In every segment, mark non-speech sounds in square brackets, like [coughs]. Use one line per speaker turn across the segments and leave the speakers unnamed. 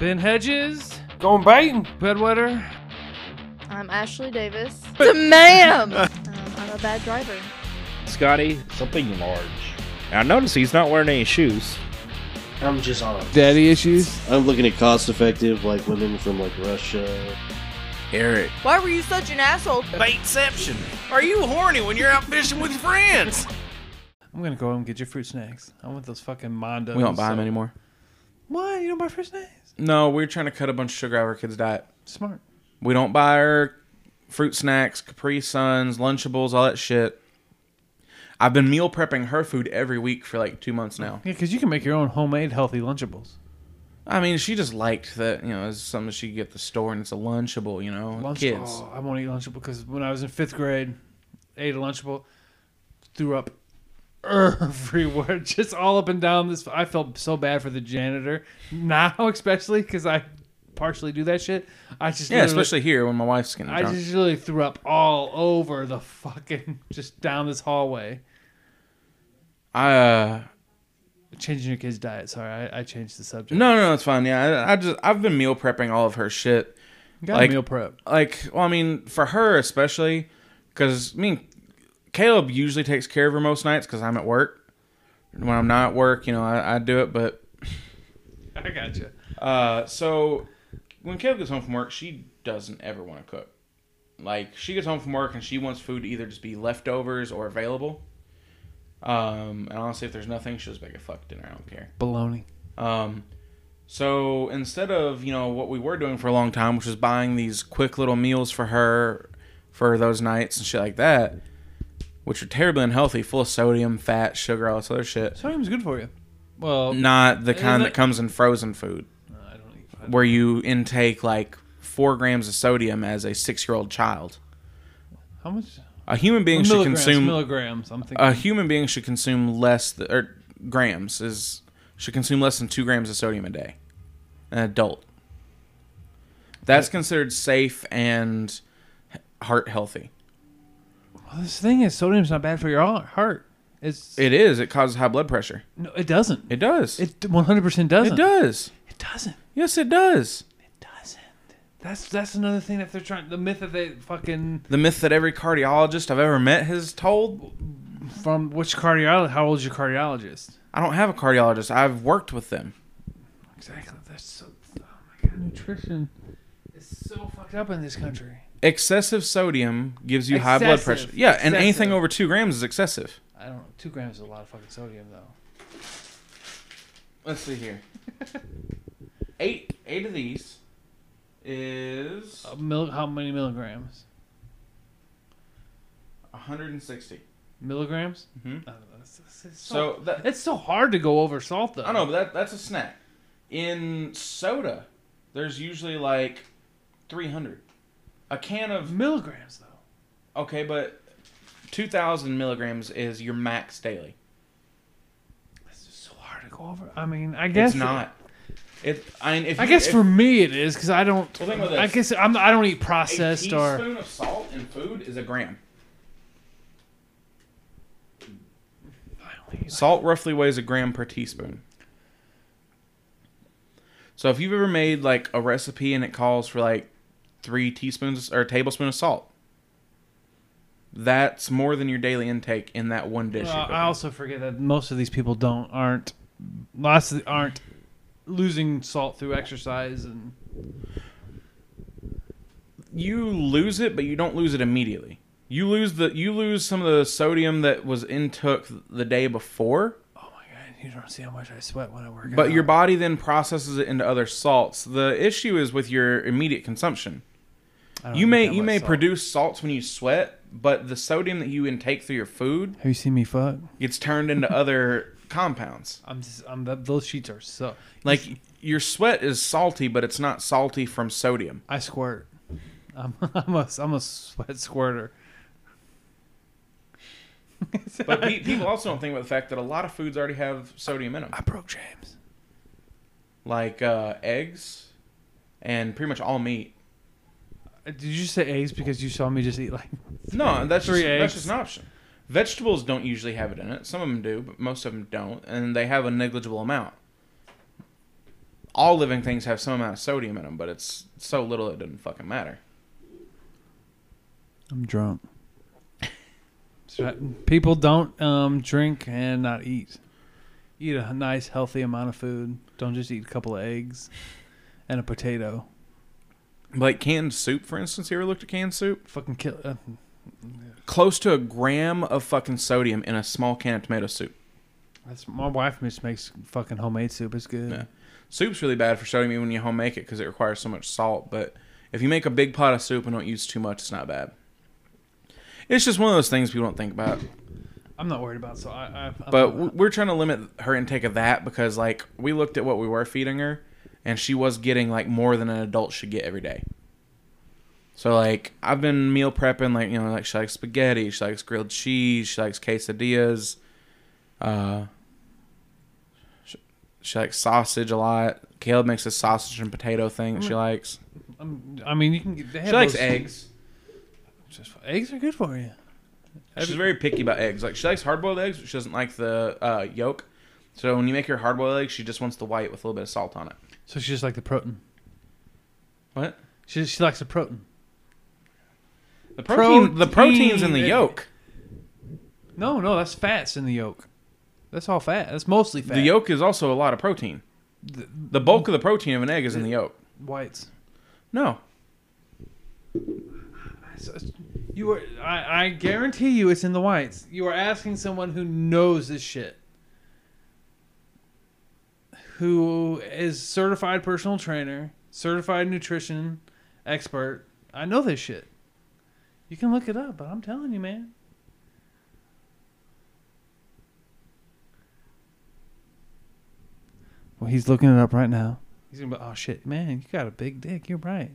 Ben Hedges,
Going biting.
Bedwetter.
I'm Ashley Davis. The ma'am! um, I'm a bad driver.
Scotty, something large. And I notice he's not wearing any shoes.
I'm just on.
Daddy issues.
I'm looking at cost effective, like women from like Russia.
Eric.
Why were you such an asshole?
Baitception. Are you horny when you're out fishing with friends?
I'm gonna go home and get your fruit snacks. I want those fucking Mondos.
We don't buy them anymore.
Why? You don't buy fruit snacks?
No, we're trying to cut a bunch of sugar out of our kids' diet.
Smart.
We don't buy her fruit snacks, Capri Suns, Lunchables, all that shit. I've been meal prepping her food every week for like two months now.
Yeah, because you can make your own homemade healthy Lunchables.
I mean, she just liked that, you know, it's something she could get at the store and it's a Lunchable, you know,
Lunch-
kids.
Oh, I won't eat Lunchable because when I was in fifth grade, ate a Lunchable, threw up everywhere, [laughs] just all up and down. This I felt so bad for the janitor now, [laughs] especially because I partially do that shit. I just
Yeah,
literally-
especially here when my wife's getting
I
drunk.
just really threw up all over the fucking [laughs] just down this hallway.
I, uh,
Changing your kid's diet. Sorry, I, I changed the subject.
no, no, no, it's fine. Yeah, I, I just I've been meal prepping all of her shit.
got
like-
meal prep.
like well i mean for her especially because i mean caleb usually takes care of her most nights because i'm at work when i'm not at work you know i, I do it but
I got you.
uh so when caleb gets home from work she doesn't ever want to cook like she gets home from work and she wants food to either just be leftovers or available um and honestly if there's nothing she'll just make a fuck dinner i don't care
Baloney.
um, so instead of you know what we were doing for a long time, which was buying these quick little meals for her for those nights and shit like that, which are terribly unhealthy, full of sodium, fat, sugar, all this other shit.
Sodium's good for you. Well,
Not the
Is
kind
it-
that comes in frozen food,
I don't eat.
where you intake like four grams of sodium as a six-year-old child.
How much?
A human being should
milligrams,
consume
milligrams. I'm thinking.
a human being should consume less th- or grams is should consume less than two grams of sodium a day. An adult. That's considered safe and h- heart healthy.
Well, this thing is sodium's not bad for your heart- heart. It's it,
It is. It causes high blood pressure.
no, it doesn't.
It does. It,
It 100 percent doesn't.
does.
It doesn't.
Yes, it does.
It doesn't. That's that's another thing that they're trying. The myth that they fucking
The myth that every cardiologist I've ever met has told.
from which cardiologist? How old's your cardiologist?
I don't have a cardiologist. I've worked with them.
Exactly. That's so. Oh my god, nutrition is so fucked up in this country.
Excessive sodium gives you high blood
Excessive.
pressure. Yeah, and anything
Excessive.
over two grams is excessive.
I don't know. Two grams is a lot of fucking sodium, though.
Let's
[laughs]
see here. eight eight of these is
A mil- how many milligrams?
160.
Milligrams?
Mhm.
I don't know. It's, it's- it's so,
So that
it's so hard to go over salt, though.
I know, but that that's a snack. In soda, there's usually like 300. A can
Mm-hmm.
of
Milligrams, though.
okay, but 2,000 milligrams is your max daily.
It's just so hard to go over. I mean, I guess
it's not. It I mean, if
I
you-
guess
if
for me it is because I don't.
Well, think about
I
this.
guess I'm, I don't eat
a
processed or.
teaspoon of salt in food is a gram. Salt roughly weighs a gram per teaspoon. So if you've ever made like a recipe and it calls for like three teaspoons or a tablespoon of salt, that's more than your daily intake in that one dish.
Uh,
you're cooking.
I also forget that most of these people don't aren't lots of the, aren't losing salt through exercise and
you lose it, but you don't lose it immediately. You lose the you lose some of the sodium that was intook the day before,
oh my god you don't see how much I sweat when I work
But
out.
your body then processes it into other salts. The issue is with your immediate consumption.
I don't
You
eat
may
that
you
much
may
salt.
produce salts when you sweat, but the sodium that you intake through your food
have you seen me fuck
gets turned into other compounds.
I'm just I'm that, those sheets are so
Like your sweat is salty, but it's not salty from sodium.
I squirt I'm [laughs] I'm a I'm a sweat squirter
But pe- people also don't think about the fact that a lot of foods already have sodium in them,
I broke James
like uh, eggs and pretty much all meat.
Uh, did you say eggs because you saw me just eat like
No, that's
Three
just,
eggs.
that's just an option. Vegetables don't usually have it in it. Some of them do, but most of them don't, and they have a negligible amount. all living things have some amount of sodium in them, but it's so little it doesn't fucking matter.
I'm [laughs] drunk. So that- People don't um, drink and not eat. Eat a nice, healthy amount of food. Don't just eat a couple of eggs and a potato.
Like canned soup, for instance. You ever looked at canned soup?
Fucking kill. Uh,
Close to a gram of fucking sodium in a small can of tomato soup.
that's my wife just makes fucking homemade soup. It's good.
Yeah. Soup's really bad for sodium even when you home make it because it requires so much salt. But if you make a big pot of soup and don't use too much, it's not bad. It's just one of those things people don't think about.
I'm not worried about. it, So I. I I'm
But w- we're trying to limit her intake of that because, like, we looked at what we were feeding her, and she was getting like more than an adult should get every day. So like, I've been meal prepping, like you know, like she likes spaghetti, she likes grilled cheese, she likes quesadillas, uh, she, she likes sausage a lot. Caleb makes a sausage and potato thing that she likes.
I'm, I mean, you can. Get, they have
She likes
those-
eggs.
Just- eggs are good for you.
She's very picky about eggs. Like she likes hard boiled eggs, but she doesn't like the uh, yolk. So when you make her hard boiled eggs, she just wants the white with a little bit of salt on it.
So she's just like the protein.
What?
She she likes the protein.
The protein, the protein's in the
Protein.
yolk.
No, no, that's fats in the yolk. That's all fat. That's mostly fat.
The yolk is also a lot of protein. The, bulk of the protein of an egg is in the yolk.
whites.
No,
So- You are. I, I guarantee you, it's in the whites. You are asking someone who knows this shit, who is certified personal trainer, certified nutrition expert. I know this shit. You can look it up, but I'm telling you, man. Well, he's looking it up right now. He's gonna be, oh shit, man, you got a big dick. You're right.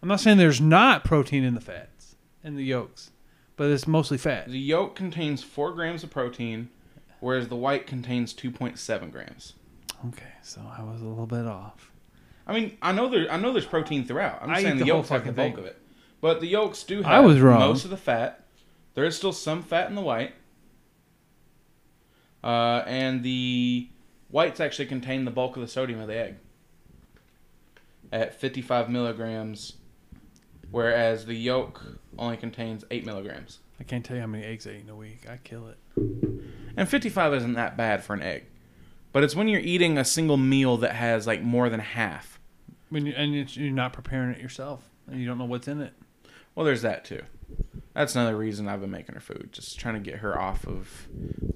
I'm not saying there's not protein in the fats in the yolks, but it's mostly fat.
the yolk contains four grams of protein, whereas the white contains two point seven grams.
Okay, so I was a little bit off.
I mean, I know there, I know there's protein throughout. I'm
I
just
eat
saying
the
the,
whole
yolks have the
fucking
bulk
thing.
of it, but the yolks do have
I was wrong.
most of the fat. There is still some fat in the white, uh, and the whites actually contain the bulk of the sodium of the egg at 55 milligrams, whereas the yolk only contains eight milligrams.
I can't tell you how many eggs I eat in a week. I kill it.
And 55 isn't that bad for an egg, but it's when you're eating a single meal that has like more than half.
When you, and it's, you're not preparing it yourself, and you don't know what's in it.
Well, there's that too. That's another reason I've been making her food, just trying to get her off of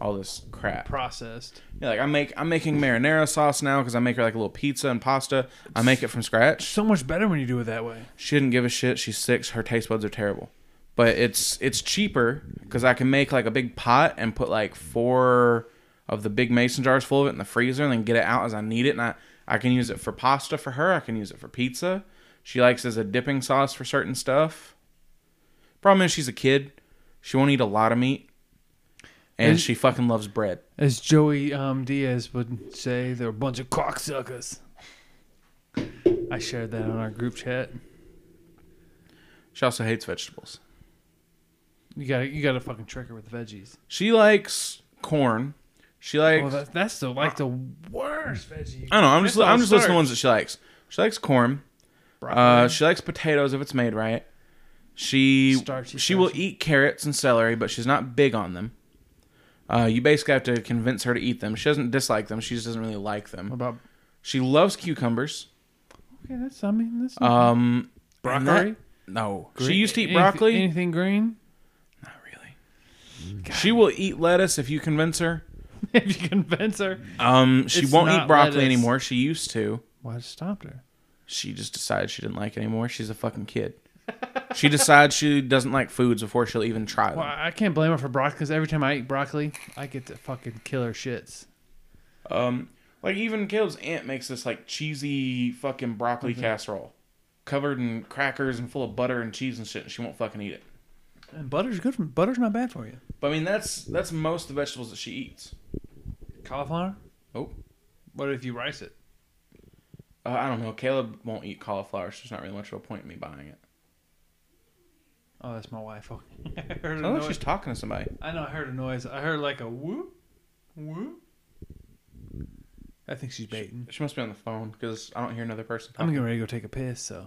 all this crap.
Processed.
Yeah, like I make, I'm making marinara sauce now because I make her like a little pizza and pasta. I make it from scratch.
So much better when you do it that way.
She didn't give a shit. She's six. Her taste buds are terrible, but it's it's cheaper because I can make like a big pot and put like four of the big mason jars full of it in the freezer and then get it out as I need it. And I I can use it for pasta for her. I can use it for pizza. She likes it as a dipping sauce for certain stuff. Problem is, she's a kid. She won't eat a lot of meat, and
And-
she fucking loves bread.
As Joey um, Diaz would say, they're a bunch of cocksuckers. I shared that on our group chat.
She also hates vegetables.
You gotta, you gotta fucking trick her with the veggies.
She likes corn. She likes.
Well, that, that's the like the worst veggie.
I don't know. I'm just
That's all
I'm just listing
starch.
ones that she likes. She likes corn. Uh, she likes potatoes if it's made right. She
Starchy,
she will
starchy.
eat carrots and celery, but she's not big on them. Uh, you basically have to convince her to eat them. She doesn't dislike them. She just doesn't really like
What
them.
about
She loves cucumbers.
Uh, okay? That's I mean that's
Um, and that-
broccoli.
no, she
Green-
used to eat
anything-
broccoli.
Anything green?
Not really. She will eat lettuce if you convince her.
[laughs] if you convince her.
Um, she
It's
won't eat
not
broccoli
lettuce.
anymore. She used to.
Why well, stopped her?
she just decided she didn't like it anymore. She's a fucking kid. she decides she doesn't like foods before she'll even try them.
Well, I I can't blame her for broccoli because every time I eat broccoli, I get the fucking killer shits.
Um, like even Caleb's aunt makes this like cheesy fucking broccoli
Mm-hmm.
casserole, covered in crackers and full of butter and cheese and shit, and she won't fucking eat it.
And butter's good. For, butter's not bad for you.
But I mean, that's that's most of the vegetables that she eats.
Cauliflower.
Oh.
What if you rice it?
Uh, I don't know. Caleb won't eat cauliflower, so there's not really much of a point in me buying it.
Oh, that's my wife. [laughs] Okay. Mm, I heard a
Unless
noise.
she's talking to somebody.
I know. I heard a noise. I heard like a whoop, whoop. I think she's baiting.
She must be on the phone because I don't hear another person.
I'm
Talking.
getting ready to go take a piss, so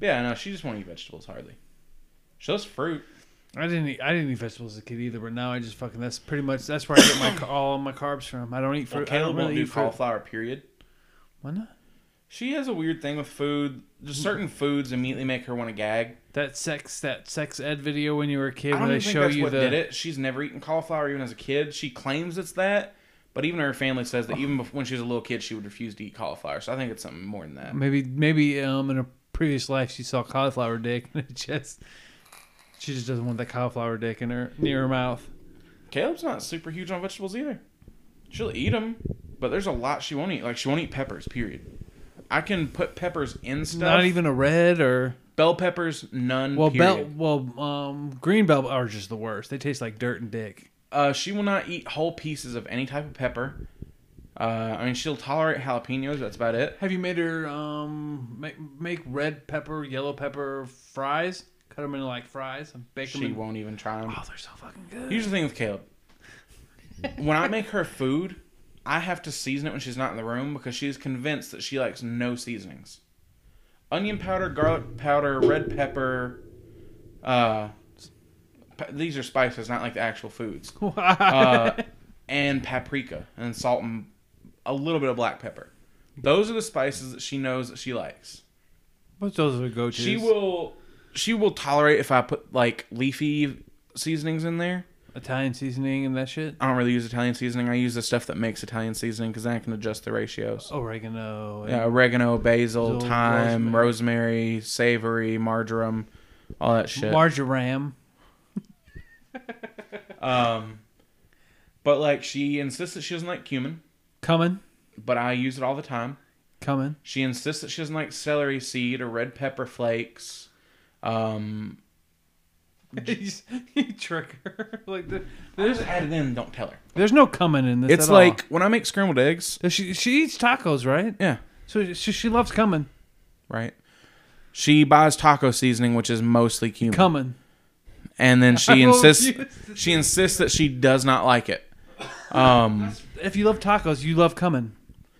Yeah, no, she just won't eat vegetables hardly. She loves fruit.
I didn't. Eat, I didn't eat vegetables as a kid either, but now I just fucking. That's pretty much. That's where I get my ca- all my carbs from. I don't eat
Well,
fruit. I
Caleb
don't really
won't do
eat fruit.
cauliflower. Period.
Why not?
She has a weird thing with food.
[laughs]
Just certain foods immediately make her want to gag.
That sex. That sex ed video when you were a kid, where
I don't
they
even think
show
that's
you
what
the.
did it. She's never eaten cauliflower even as a kid. She claims it's that, but even her family says that even bef- when she was a little kid, she would refuse to eat cauliflower. So I think it's something more than that.
Maybe maybe um in a previous life she saw cauliflower dick [laughs] and it just she just doesn't want that cauliflower dick in her near her mouth.
Caleb's not super huge on vegetables either. She'll eat them, but there's a lot she won't eat. Like she won't eat peppers. Period. I can put peppers in stuff.
Not even a red or
bell peppers. None.
well
period.
bell well um green bell are just the worst. They taste like dirt and dick.
Uh, she will not eat whole pieces of any type of pepper. Uh, I mean, she'll tolerate jalapenos. That's about it.
Have you made her um make make red pepper yellow pepper fries? Cut them into like fries and bake them.
She won't even try them.
Oh, they're so fucking good.
Here's the thing with Caleb. when I make her food, I have to season it when she's not in the room because she's convinced that she likes no seasonings. Onion powder, garlic powder, red pepper. Uh, pe- these are spices, not like the actual foods. Uh, and paprika and salt and a little bit of black pepper. Those are the spices that she knows that she likes.
What's those are go to?
She will she will tolerate if I put like leafy seasonings in there.
Italian seasoning and that shit.
I don't really use Italian seasoning. I use the stuff that makes Italian seasoning because then I can adjust the ratios.
Oregano. and-
Yeah, oregano, basil,
Oh, Basil,
thyme, rosemary. savory, marjoram, all that shit.
Marjoram.
um, but like she insists that she doesn't like cumin,
Coming.
but I use it all the time.
Coming.
She insists that she doesn't like celery seed or red pepper flakes. Um, [laughs]
He's, he trigger [laughs] like the,
I just added in. Don't tell her.
there's no coming in this.
It's
at all.
like when I make scrambled eggs.
Does she she eats tacos, right?
Yeah,
So she, she loves coming,
right. She buys taco seasoning, which is mostly cumin.
coming.
and then she
will
insists
refuse.
she insists that she does not like it. Um,
If you love tacos, you love coming,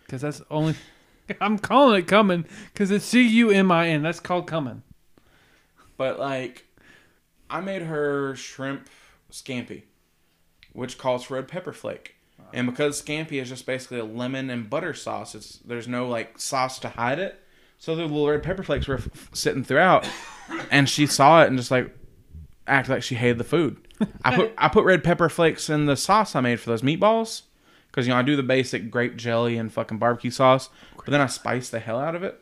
because that's only. [laughs] I'm calling it coming because it's C U M I N. That's called coming.
but like, I made her shrimp scampi, which calls for red pepper flake, and because scampi is just basically a lemon and butter sauce, it's there's no like sauce to hide it, so the little red pepper flakes were f- f- sitting throughout, and she saw it and just like acted like she hated the food. I put I put red pepper flakes in the sauce I made for those meatballs. Because you know I do the basic grape jelly and fucking barbecue sauce, but then I spice the hell out of it.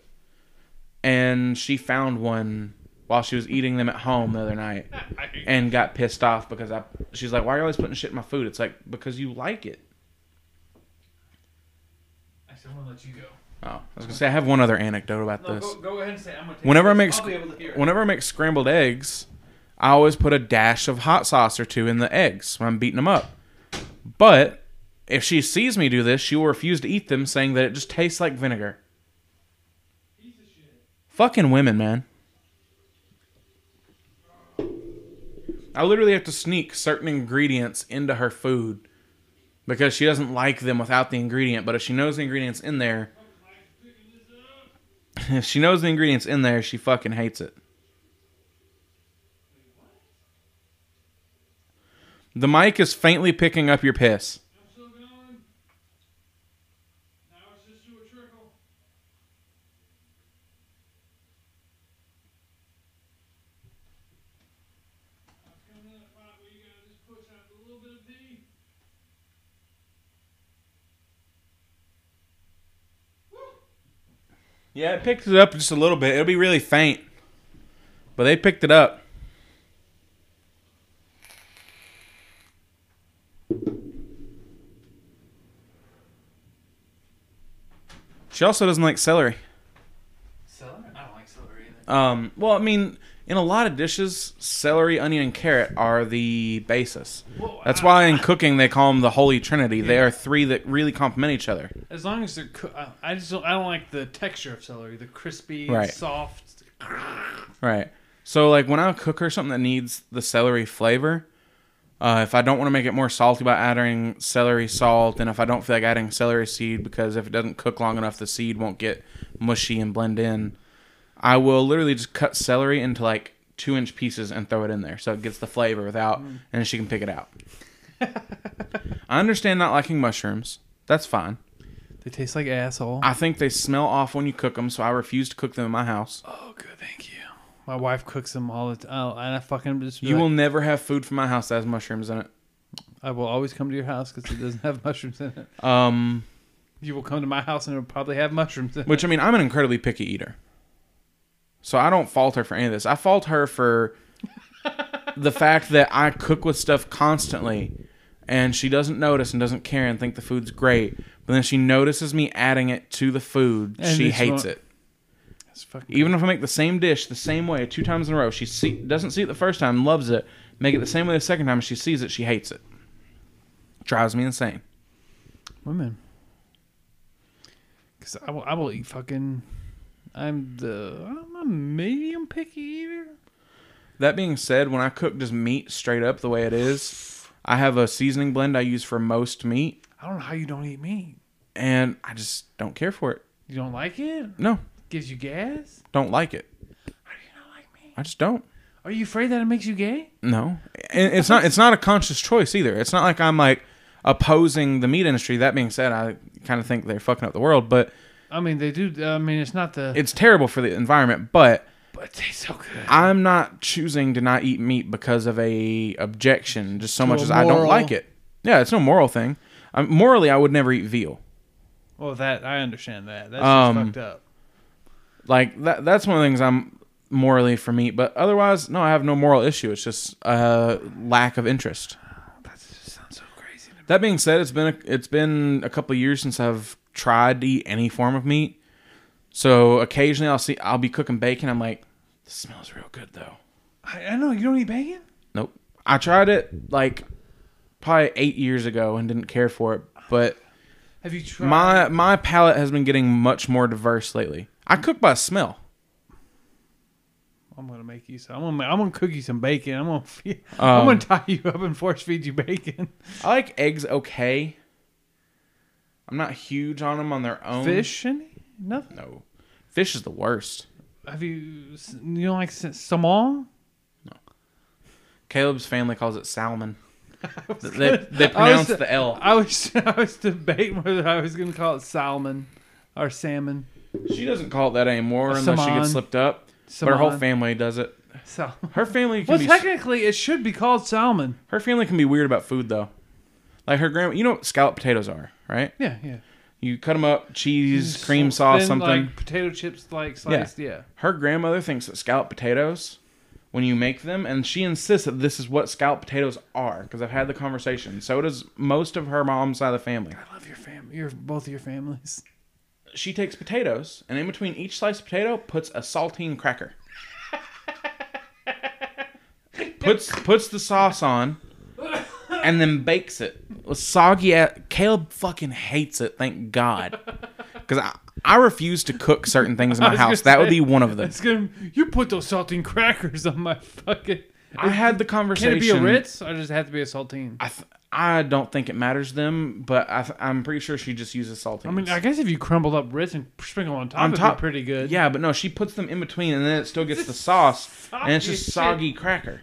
And she found one while she was eating them at home the other night, and got pissed off because I. She's like, "Why are you always putting shit in my food?" It's like because you like it.
I just want to let you go.
Oh, I was gonna say I have one other anecdote about this.
go ahead and say I'm gonna.
whenever I make sc- whenever I make scrambled eggs, I always put a dash of hot sauce or two in the eggs when I'm beating them up. But if she sees me do this, she will refuse to eat them, saying that it just tastes like vinegar. Fucking women, man. I literally have to sneak certain ingredients into her food because she doesn't like them without the ingredient. But if she knows the ingredients in there, if she knows the ingredients in there, she fucking hates it. The mic is faintly picking up your piss. Yeah, it picked it up just a little bit. It'll be really faint. But they picked it up. She also doesn't like celery.
Celery? I don't like celery either.
Um, well, I mean, in a lot of dishes, celery, onion, and carrot are the basis.
Well,
That's
I-
why in cooking they call them the holy trinity. They are three that really complement each other.
As long as they're, coo- I- I just don't. I don't like the texture of celery. The crispy,
Right.
soft.
Right. So like when I cook her something that needs the celery flavor, Uh, if I don't want to make it more salty by adding celery salt, and if I don't feel like adding celery seed because if it doesn't cook long enough, the seed won't get mushy and blend in, I will literally just cut celery into like two inch pieces and throw it in there so it gets the flavor without, and she can pick it out. I understand not liking mushrooms. That's fine.
They taste like asshole.
I think they smell off when you cook them, so I refuse to cook them in my house.
Oh, good. Thank you. My wife cooks them all the time. Oh, and I fucking just. be
You
like,
will never have food from my house that has mushrooms in it.
I will always come to your house because it doesn't have [laughs] mushrooms in it.
Um,
You will come to my house and it'll probably have mushrooms in
Which
it.
I mean, I'm an incredibly picky eater. So I don't fault her for any of this. I fault her for the fact that I cook with stuff constantly and she doesn't notice and doesn't care and think the food's great. But then she notices me adding it to the food.
And
she
it's
hates
wrong.
it.
It's fucking
Even if I make the same dish the same way two times in a row, she see, doesn't see it the first time, loves it. Make it the same way the second time, she sees it, she hates it. Drives me insane.
women. Because I will, I will eat fucking. I'm the. I'm a medium picky eater.
That being said, when I cook just meat straight up the way it is, I have a seasoning blend I use for most meat,
I don't know how you don't eat meat.
and I just don't care for it.
You don't like it?
No,
Gives you gas?
don't like it. I just don't.
Are you afraid that it makes you gay?
No, and it's not. It's not a conscious choice either. It's not like I'm like opposing the meat industry. That being said, I kind of think they're fucking up the world, but
I mean, they do. I mean, it's not the.
it's terrible for the environment. But
but it tastes so good.
I'm not choosing to not eat meat because of a objection, just so
To
much
a
as I don't
moral-
like it. Yeah, it's no moral thing. i morally, I would never eat veal.
Well, that I understand that. That's
Um,
just fucked up.
Like that. That's one of the things I'm morally for meat. But otherwise, no, I have no moral issue. It's just a lack of interest.
That just sounds so crazy. To me.
That being said, it's been a, it's been a couple of years since I've tried to eat any form of meat. So occasionally, I'll see I'll be cooking bacon. I'm like, this smells real good though.
I, I know you don't eat bacon.
Nope. I tried it like probably eight years ago and didn't care for it, but
Have you tried?
my my palate has been getting much more diverse lately. I cook by smell.
I'm gonna make you some. I'm gonna, ma- I'm gonna cook you some bacon. I'm gonna feed, I'm
Um,
gonna tie you up and force feed you bacon.
I like eggs okay. I'm not huge on them on their own.
Fish and nothing.
um, No. Fish is the worst.
Have you s- you don't like s- salmon?
Caleb's family calls
[laughs]
it salmon. they, they
I was-
pronounce the L.
I was [laughs] I was debating whether I was gonna call it salmon or salmon.
She doesn't call it that anymore unless she
Saman.
gets slipped up. But her whole
Saman.
family does it.
Salmon.
Her family can
Well,
be
technically, it should be called salmon.
Her family can be weird about food though. Like her grandma, you know what scalloped potatoes are, right?
Yeah, yeah.
You cut them up, cheese, cream
So-
sauce,
thin,
something.
like potato chips, like sliced. Yeah.
Her grandmother thinks that scalloped potatoes, when you make them, and she insists that this is what scalloped potatoes are. Because I've had the conversation. So does most of her mom's side of the family.
I love your family. Your both of your families.
She takes potatoes, and in between each slice of potato, puts a saltine cracker. puts puts the sauce on, and then bakes it. With soggy. a- Caleb fucking hates it. Thank God, because I I refuse to cook certain things in
I
my
was gonna
house. That would
say,
be one
[laughs]
of them.
It's gonna. You put those saltine crackers on my fucking.
I had the
Can
conversation.
it be a Ritz? Or does it have to be a saltine?
I, th- I don't think it matters them, but I th- I'm pretty sure she just uses saltines.
I mean, I guess if you crumbled up Ritz and sprinkle on top,
On
it'd
top-
be pretty good.
yeah, but no, she puts them in between, and then it still gets the sauce, and it's just
soggy
soggy cracker.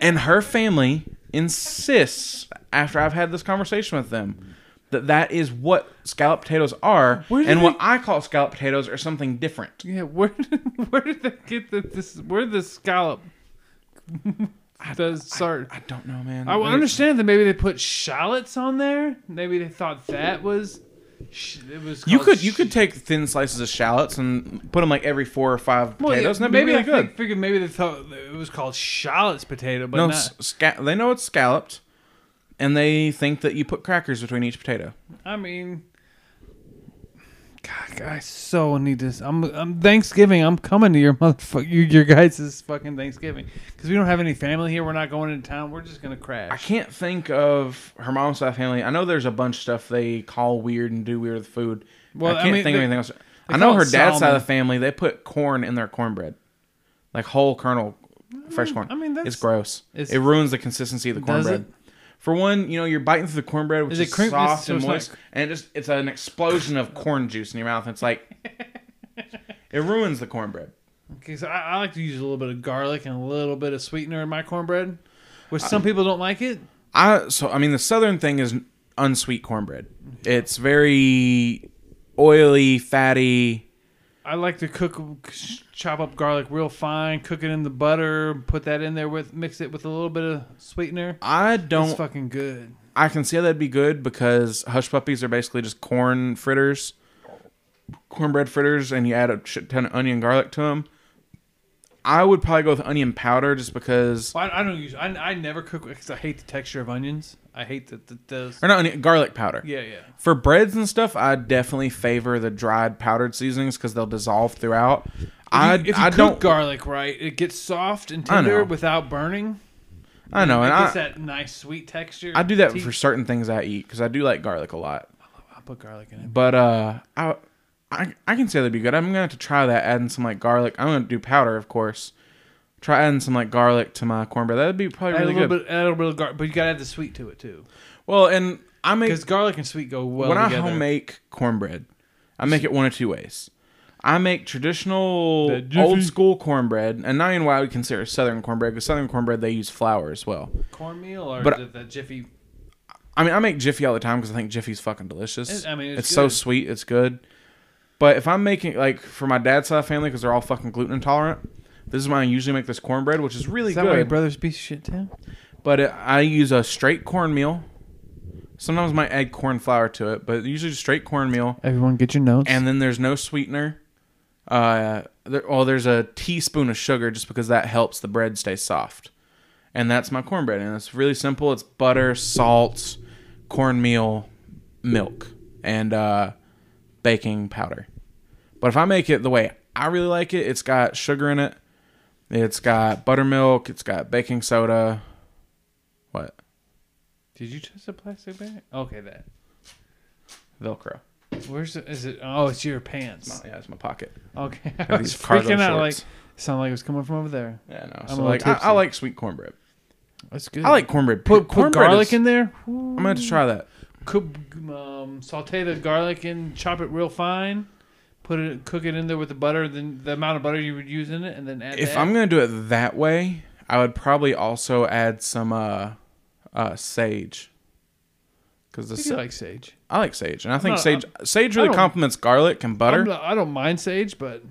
and her family insists, after I've had this conversation with them, that that is what scalloped potatoes are,
Where
and
did they-
what I call scalloped potatoes are something different.
Yeah, where did, [laughs] where did they get the, this? Where did the scallop? [laughs] the sort.
I don't know, man.
I,
Like,
understand that maybe they put shallots on there. Maybe they thought that was. sh- It was.
You
called
could you
sh-
could take thin slices of shallots and put them like every four or five
Well,
potatoes,
yeah,
and that'd
maybe
be really
I think-
good.
figured maybe they thought it was called shallots potato, but
No,
not.
s- sca- they know it's scalloped, and they think that you put crackers between each potato.
I mean, God, I so need this. I'm, I'm Thanksgiving. I'm coming to your motherfucker, your, your guys' fucking Thanksgiving because we don't have any family here. We're not going into town. We're just gonna
I
crash.
can't think of her mom's side of the family. I know there's a bunch of stuff they call weird and do weird with food.
Well,
I
I
can't
mean,
think of
they-
anything else.
they
I know
call
her
it
dad's side
salmon.
of the family. They put corn in their cornbread, like whole kernel fresh corn.
Mm, I mean, that's
it's gross.
it's-
it ruins the consistency of the
Does
cornbread. For one, you know you're biting through the cornbread, which
Is
is,
it cream-
soft
so
and
it's not-
moist, and it just it's an explosion of corn juice in your mouth. And it's
[laughs]
like it ruins the cornbread.
Okay, so I, I like to use a little bit of garlic and a little bit of sweetener in my cornbread, which some people don't like it.
I so I mean the southern thing is unsweet cornbread. It's very oily, fatty.
I like to cook, chop up garlic real fine, cook it in the butter, put that in there with, mix it with a little bit of sweetener.
I
It's
don't.
fucking good.
I can see how that'd be good because hush puppies are basically just corn fritters, cornbread fritters, and you add a shit ton of onion garlic to them. I would probably go with onion powder just because,
Well, I, I don't use. I, I never cook because I hate the texture of onions. I hate that the, the,
or not onion, garlic powder.
Yeah, yeah.
For breads and stuff, I definitely favor the dried powdered seasonings because they'll dissolve throughout. I
if you
I
cook
don't.
garlic right, it gets soft and
I know.
tender without burning.
I know,
It
and I,
gets that nice sweet texture.
I do that
Teeth-
for certain things I eat because I do like garlic a lot.
I put garlic in it.
But uh, I, I I can say that'd be good. I'm gonna have to try that. Adding some like garlic. I'm gonna do powder, of course. Try adding some like garlic to my cornbread. That'd be probably
Add a
really
little
good.
bit, add a little garlic, but you gotta add the sweet to it too,
well, and I make
because garlic and sweet go well
when I
together.
home make cornbread, I make it one of two ways. I make traditional
The Jiffy-
old school cornbread, and not even why we consider southern cornbread because southern cornbread they use flour as well.
cornmeal or
But-
the, the Jiffy.
I mean, I make Jiffy all the time because I think Jiffy's fucking delicious.
It- I mean, it's
so
good.
sweet, it's good. But if I'm making like for my dad's side of family because they're all fucking gluten intolerant, this is why I usually make this cornbread, which is really
Is that why your
good.
brother's piece of shit too?
but it, I use a straight cornmeal. Sometimes I might add corn flour to it, but usually just straight cornmeal.
Everyone, get your notes.
And then there's no sweetener. Uh, there, oh, there's a teaspoon of sugar just because that helps the bread stay soft. And that's my cornbread. And it's really simple. It's butter, salt, cornmeal, milk, and uh, baking powder. But if I make it the way I really like it, it's got sugar in it. It's got buttermilk. It's got baking soda. What?
did you touch the plastic bag? Okay, that.
Velcro.
Where's it? Is it? Oh, it's your pants.
Yeah, it's my pocket.
Okay, [laughs] I was
these cargo
freaking out. Like,
shorts.
sounded like it was coming from over there.
Yeah, no.
a
So
little
like, I,
tipsy.
I like sweet cornbread.
That's good.
I like cornbread.
put, put
Cornbread
garlic
is-
in there.
I'm gonna have to try that.
cook, um, saute the garlic and chop it real fine. Put it, cook it in there with the butter, then the amount of butter you would use in it, and then add.
If
that.
I'm gonna do it that way, I would probably also add some uh, uh sage. Because the
I think I
sa-
like sage.
I like sage, and I think
not-
sage sage really
don't-
complements garlic and
I'm
butter.
not- I don't mind sage, but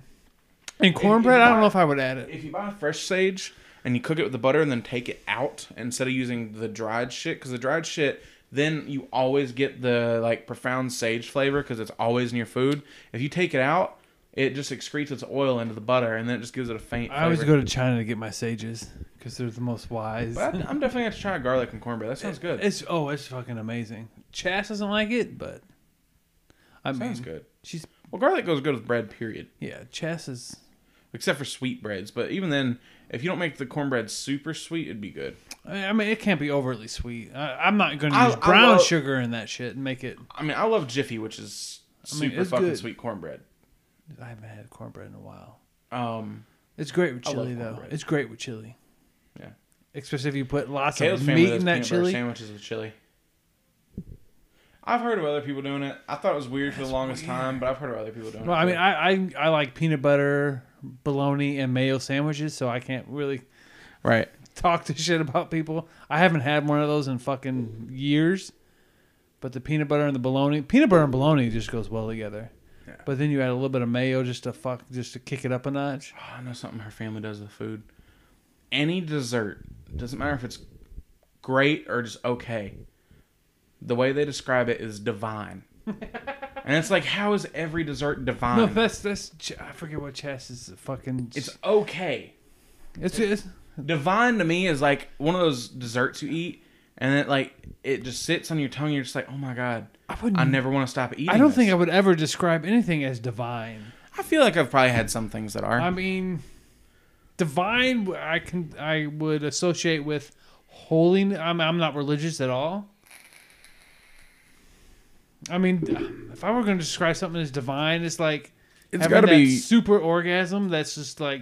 in cornbread, I don't know if I would add it.
if you buy fresh sage and you cook it with the butter and then take it out instead of using the dried shit, because the dried shit then you always get the like profound sage flavor because it's always in your food. If you take it out, it just excretes its oil into the butter, and then it just gives it a faint.
I always
flavor.
go to China to get my sages because they're the most wise.
But I- I'm definitely gonna try garlic and cornbread. That sounds good.
It's oh, it's fucking amazing. Chas doesn't like it, but I mean,
sounds good.
she's
Well, garlic goes good with bread, period.
yeah. Chas is
Except for sweet breads, but even then, if you don't make the cornbread super sweet, it'd be good.
I mean, it can't be overly sweet. I, I'm not going to
I-
use
I
brown
love-
sugar in that shit and make it.
I mean, I love Jiffy, which is
mean,
super
it's
fucking
good.
sweet cornbread.
I haven't had cornbread in a while.
Um,
It's great with
I love
chili though.
cornbread.
It's great with chili.
Yeah.
Especially if you put lots
Kayla's
of
family
meat
does
in
peanut
that
butter
chili.
sandwiches with chili. I've heard of other people doing it. I thought it was weird for the longest time, but I've heard of other people doing
Well,
it.
I mean,
too.
I, I I like peanut butter, bologna, and mayo sandwiches, so I can't really
right?
talk to [laughs] shit about people. I haven't had one of those in fucking years. But the peanut butter and the bologna, peanut butter and bologna just goes well together. But then you add a little bit of mayo just to fuck, just to kick it up a notch.
Oh, I know something her family does with food. Any dessert doesn't matter if it's great or just okay. The way they describe it
[laughs]
is divine, and it's like, how is every dessert divine?
No, that's that's Ch- I forget what Chess is fucking.
it's okay.
it's, it's
Divine to me is like one of those desserts you eat, and it like it just sits on your tongue. You're just like, oh my god,
I wouldn't.
I never want to stop eating.
I don't
this.
think I would ever describe anything as divine.
I feel like I've probably had some things that are.
I mean, divine. I can. I would associate with holiness. I'm. I'm not religious at all. I mean, if I were going to describe something as divine, it's like
it's
having
got to
that
be
super orgasm. That's just like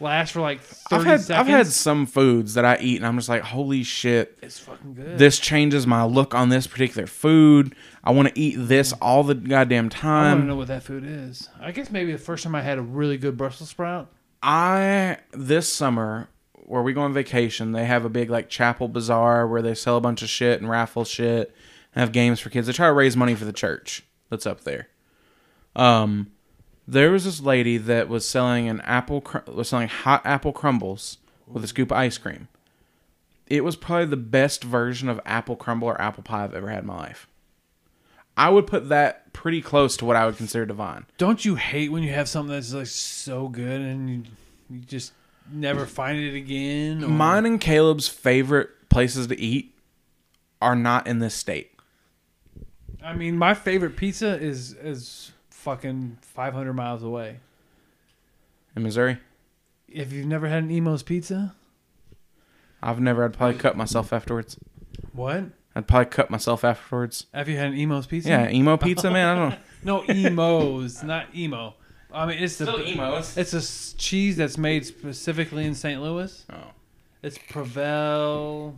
last for like 30
I've had
seconds.
I've had some foods that I eat and I'm just like, holy shit,
it's fucking good.
this changes my look on this particular food. I want to eat this all the goddamn
Mm. I want to
time.
know what that food is. I guess maybe the first time I had a really good Brussels sprout.
I this summer where we go on vacation, they have a big like chapel bazaar where they sell a bunch of shit and raffle shit and have games for kids. They try to raise money for the church that's up there. Um, there was this lady that was selling an apple cr- was selling hot apple crumbles with a scoop of ice cream. It was probably the best version of apple crumble or apple pie I've ever had in my life. I would put that pretty close to what I would consider divine.
Don't you hate when you have something that's like so good and you, you just never find it again? or-
Mine and Caleb's favorite places to eat are not in this state.
I mean, my favorite pizza is is fucking 500 miles away.
In Missouri,
If you've never had an Emo's pizza,
I've never. I'd probably cut myself afterwards.
what?
I'd probably cut myself afterwards.
Have you had an Emo's pizza?
Yeah,
[laughs]
emo pizza, man. I don't.
No, Emo's, [laughs] not emo. I mean, it's the
emos.
It's a s- cheese that's made specifically in St. Louis.
Oh.
It's Provel,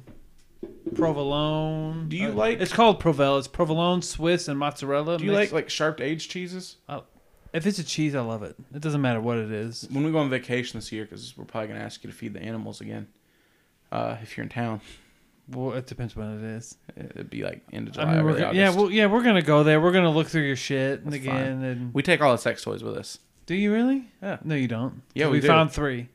provolone.
Do you
Uh,
like-
It's called Provel. It's provolone, Swiss, and mozzarella.
Do you like
mixed-
like sharp aged cheeses?
If it's a cheese, I love it. It doesn't matter what it is.
When we go on vacation this year, because we're probably gonna ask you to feed the animals again. Uh, if you're in town,
Well, it depends what it is.
it'd be like end of
I
July.
mean, we're
early
gonna,
August.
yeah, well, yeah, we're gonna go there. We're gonna look through your shit and
That's
again. And
we take all the sex toys with us.
do you really?
Yeah.
No, you don't.
Yeah, we
we
do.
found three.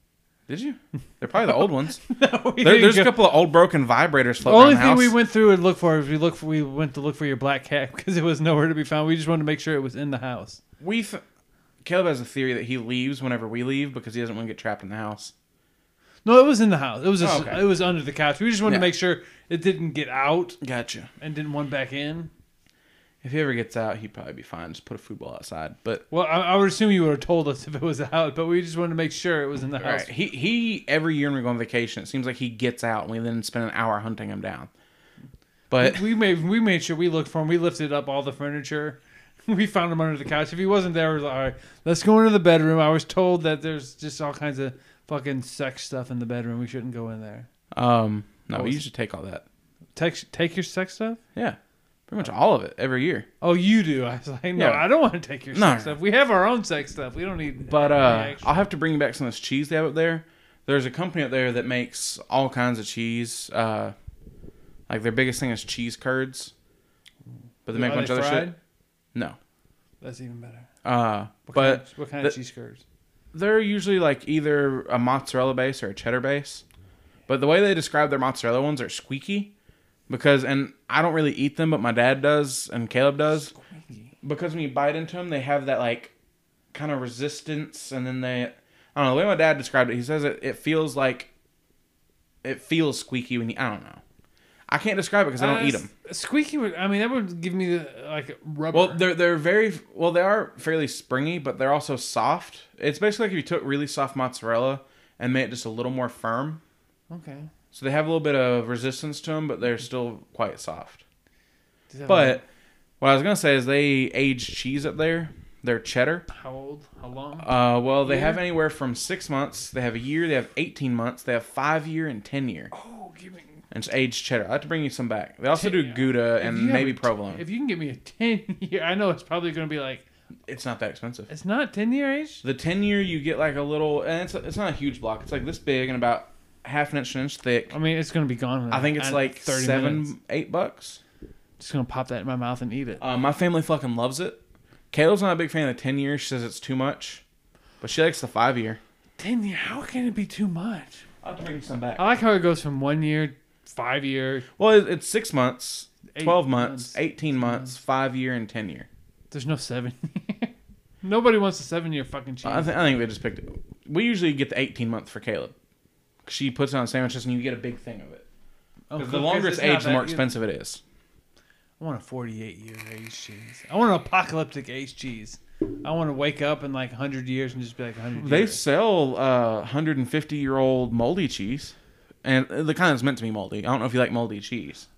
[laughs]
Did you? They're probably the old ones.
no, we
There,
didn't
there's
go-
a couple of old broken vibrators
The
floating
only
around the
thing
house.
we went through and looked for is we look for, we went to look for your black cat [laughs] because it was nowhere to be found. We just wanted to make sure it was in the house.
We th- Caleb has a theory that he leaves whenever we leave because he doesn't want to get trapped in the house.
No, it was in the house. It was just,
Oh, okay.
it was under the couch. We just wanted
Yeah.
to make sure it didn't get out
Gotcha.
and didn't one back in.
If he ever gets out, he'd probably be fine. Just put a food ball outside. But
Well, I, I would assume you would have told us if it was out, but we just wanted to make sure it was in the house.
right, he he every year when we go on vacation, it seems like he gets out and we then spend an hour hunting him down.
[laughs]
But
We made we made sure we looked for him. We lifted up all the furniture. [laughs] We found him under the couch. If he wasn't there, we was like, all right, let's go into the bedroom. I was told that there's just all kinds of fucking sex stuff in the bedroom. We shouldn't go in there.
um, no,
What
we
was-
used to take all that.
Take take your sex stuff.
Yeah, pretty much all of it every year.
Oh, you do. I was like, no,
Yeah.
I don't want to take your
No.
sex stuff. We have our own sex stuff. We don't need.
But
any
uh,
extra.
I'll have to bring you back some of this cheese they have up there. There's a company up there that makes all kinds of cheese. Uh, like their biggest thing is cheese curds, but they make
Are
a bunch
they
of other
fried?
shit. No,
That's even better.
uh,
What
but
kind of, what kind
the-
of cheese curds?
they're usually like either a mozzarella base or a cheddar base. But the way they describe their mozzarella ones are squeaky because, and I don't really eat them, but my dad does and Caleb does. Because when you bite into them, they have that like kind of resistance, and then they, I don't know, the way my dad described it, he says it, it feels like, it feels squeaky when you, I don't know. I can't describe it because I don't
Uh,
eat them.
Squeaky would. I mean, that would give me the like rubber.
Well, they're they're very well. They are fairly springy, but they're also soft. It's basically like if you took really soft mozzarella and made it just a little more firm.
okay.
So they have a little bit of resistance to them, but they're still quite soft.
Does that have
But what I was gonna say is they age cheese up there. They're cheddar.
a- how old? How long?
Uh, well, they have
Year?
anywhere from six months. They have a year. They have eighteen months. They have five year and ten year.
oh, give me.
And it's aged cheddar. I will have to bring you some back. They also do
Ten-
Gouda
If you
and
have
maybe
a t-
provolone.
If you can give me a [laughs] ten year, I know it's probably going to be like
it's not that expensive.
it's not ten year age.
The ten year, you get like a little, and it's it's not a huge block. It's like this big and about half an inch, an inch thick.
I mean, it's going to be gone. in
I think it's
at
like seven,
minutes.
eight bucks.
Just going to pop that in my mouth and eat it.
Uh, my family fucking loves it. Caleb's not a big fan of the ten year. She says it's too much, but she likes the five year.
ten year? How can it be too much?
I'll bring some back.
I like how it goes from one year, five year.
Well, it- it's six months,
Eight
twelve months,
months, Mm-hmm.
eighteen months, five year, and ten year.
There's no seven. [laughs] Nobody wants a seven year fucking cheese.
I, th- I think they just picked. It. We usually get the eighteen month for Caleb. She puts it on sandwiches, and you get a big thing of it.
Oh,
'Cause the longer Oh, it's aged, the more expensive it is.
I want a 48 year age cheese. I want an apocalyptic age cheese. I want to wake up in like 100 years and just be like 100
They
years.
sell uh, 150 year old moldy cheese, and the kind that's meant to be moldy. I don't know if you like moldy cheese.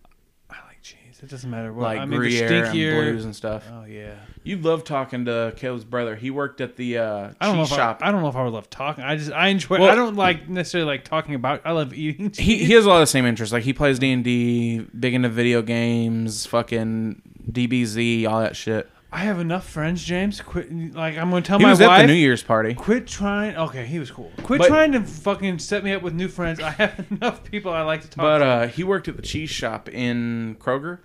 I like cheese. anyways. It doesn't matter what.
like
I mean, they're
Gruyere and
stinkier.
blues and stuff.
Oh yeah.
You'd love talking to Caleb's brother. He worked at the uh, cheese
I don't know if
shop.
I, I don't know if I would love talking. I just I enjoy.
Well-
I don't like necessarily like talking about. I love eating.
[laughs] he, he has a lot of the same interests. Like he plays D and D, big into video games, fucking DBZ, all that shit.
I have enough friends, James. Quit. Like I'm gonna tell
He
my
was
wife.
at the New Year's party.
Quit trying. Okay, he was cool. Quit
But-
trying to fucking set me up with new friends. I have [laughs] enough people I like to talk
But
to.
uh, he worked at the cheese shop in Kroger,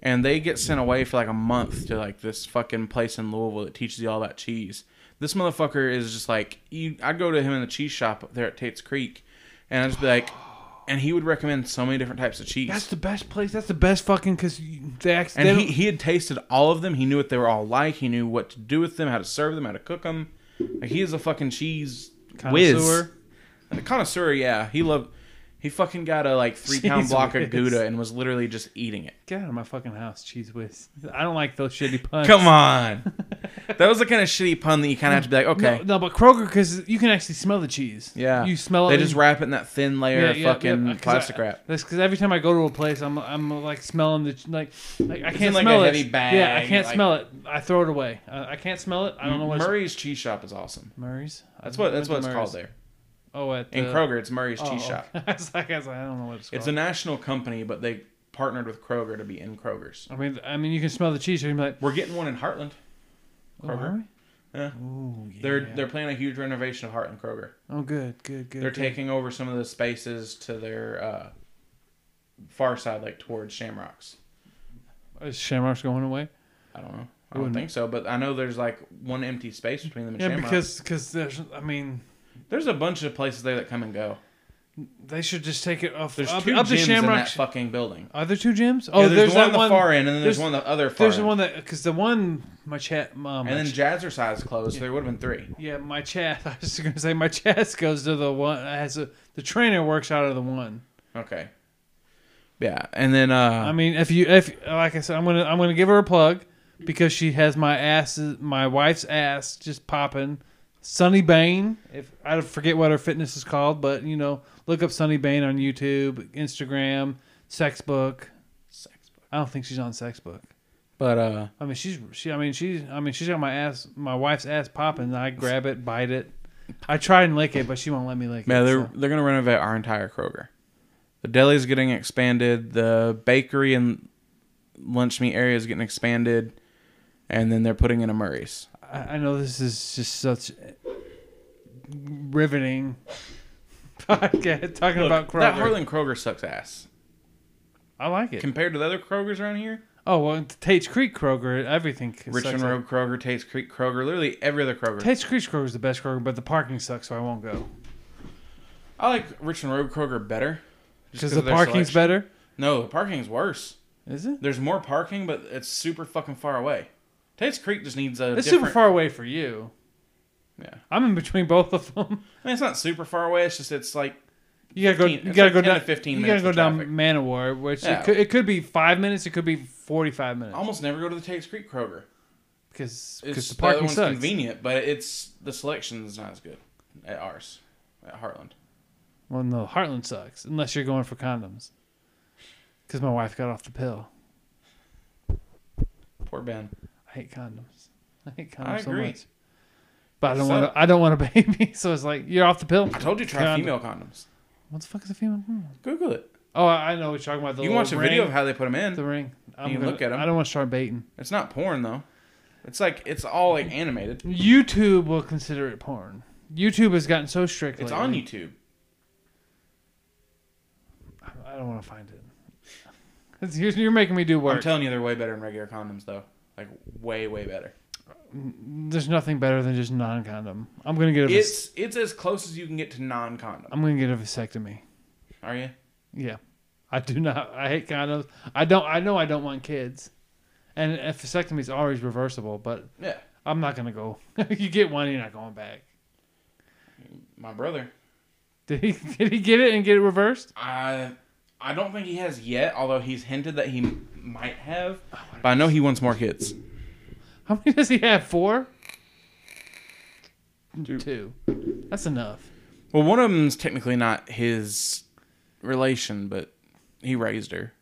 and they get sent away for like a month to like this fucking place in Louisville that teaches you all about cheese. This motherfucker is just like you. I go to him in the cheese shop up there at Tate's Creek, and I just be like, and he would recommend so many different types of cheese.
That's the best place. That's the best fucking because they act.
and
they
he,
don't-
he had tasted all of them. He knew what they were all like. He knew what to do with them, how to serve them, how to cook them. Like he is a fucking cheese whiz.
Connoisseur?
A connoisseur, yeah. He loved. He fucking got a like three pound
Cheese
block
whiz.
of gouda and was literally just eating it.
get out of my fucking house, cheese whiz. I don't like those shitty puns.
Come on, [laughs] that was the kind of shitty pun that you kind of have to be like, okay,
No, no, but Kroger because you can actually smell the cheese.
yeah.
you smell
They
it.
just wrap it in that thin layer of fucking
uh, 'cause
plastic
I-
wrap.
That's because every time I go to a place, I'm I'm uh, like smelling the like like I
It's
can't
in, like, a
smell it.
heavy bag,
yeah, I can't
like-
smell it. I throw it away. I, I can't smell it. I don't know what it's,
Murray's cheese shop is awesome.
Murray's.
That's what that's what it's called
there.
there
Oh, at
in
the-
Kroger. It's Murray's
oh,
cheese
okay. [laughs]
shop.
I was like, I was like, I don't know what it's called.
It's a national company, but they partnered with Kroger to be in Kroger's.
I mean, I mean, you can smell the cheese. You're like,
We're getting one in Heartland.
oh,
Kroger.
are we?
Yeah.
Ooh, yeah.
They're they're planning a huge renovation of Heartland Kroger.
oh good, good, good.
They're
good.
taking over some of the spaces to their uh, far side, like towards Shamrocks.
Is Shamrock's going away?
I don't know. I don't
Wouldn't-
think so, but I know there's like one empty space between them and
Yeah,
Shamrocks.
because because there's I mean
there's a bunch of places there that come and go.
they should just take it off.
There's
up,
two
up
gyms
to
in that
Shamrock's.
fucking building.
Are there two gyms?
Oh, there's, the one on
that
the far end, and then
there's-
there's, one on the other far.
There's the
end.
one that because the one my chat mom
and then Jazzercise closed. so There would have been three.
yeah my chat [laughs] I was just gonna say my chest goes to the one has a the trainer works out of the one.
Okay. Yeah, and then uh,
I mean if you if like I said I'm gonna I'm gonna give her a plug because she has my ass my wife's ass just popping. Sunny Bain, if I forget what her fitness is called, but you know, look up Sunny Bain on YouTube, Instagram, Sexbook. I don't think she's on Sexbook.
but uh,
I mean, she's she. I mean, she's. I mean, she's got my ass, my wife's ass popping. and I grab it, bite it. I try and lick it, but she won't let me lick
Yeah,
it.
they're
so.
they're gonna renovate our entire Kroger. The deli's getting expanded. The bakery and lunch meat area is getting expanded, and then they're putting in a Murray's.
I, I know this is just such riveting [laughs] podcast talking about Kroger.
That Harlan Kroger sucks ass
I like it.
compared to the other Krogers around here.
oh well, Tate's Creek Kroger, everything. sucks.
Richmond Road Kroger, Tate's Creek Kroger, literally every other Kroger.
Tate's Creek Kroger is the best Kroger, but the parking sucks, so I won't go
I like Richmond Road Kroger better just
because
'cause
the
of their
parking's
selection.
better.
No, the parking's worse.
Is it?
There's more parking, but it's super fucking far away. Tate's Creek just needs a
It's
different.
super far away for you.
Yeah.
I'm in between both of them.
I mean, it's not super far away. It's just it's like
You gotta go.
15
you
it's
gotta
like
go
10 to
down.
15
you gotta
minutes
go
of
down
traffic.
Manowar, which
Yeah.
it, could, it could be five minutes. It could be forty-five minutes.
I almost never go to the Tate's Creek Kroger.
because
It's
the parking
one's
sucks.
convenient, but it's the selection is not as good at ours at Heartland.
Well, no, Heartland sucks unless you're going for condoms. Because my wife got off the pill.
Poor Ben.
I hate condoms. [laughs] I hate condoms
I agree.
so much. But I
They
don't want.
suck.
to. I don't want a [laughs] baby, so it's like you're off the pill.
I told you try
Condom.
female condoms.
What the fuck is a female condom?
Google it.
Oh, I I know what you're talking about. The
you can watch a
little
video
ring-
of how they put them in.
the ring. I'm
can
gonna-
look at 'em.
I don't want to start baiting.
It's not porn though. It's like it's all like animated.
YouTube will consider it porn. YouTube has gotten so strict.
It's
lately.
on YouTube.
I don't want to find it. 'Cause You're, you're making me do
I'm
work.
telling you, they're way better than regular condoms though. Like way way better.
There's nothing better than just non-condom. I'm gonna get a. Vas-
It's it's as close as you can get to non-condom.
I'm gonna get a vasectomy.
Are you?
Yeah, I do not. I hate condoms. I don't. I know I don't want kids, and a vasectomy is always reversible. But
Yeah.
I'm not gonna go. [laughs] you get one, you're not going back.
My brother.
Did he? [laughs] Did he get it and get it reversed?
I I don't think he has yet, although he's hinted that he m- might have.
Oh,
But I know he wants more kids.
How many does he have? Four.
Two.
Two. That's enough.
Well, one of them's technically not his relation, but he raised her.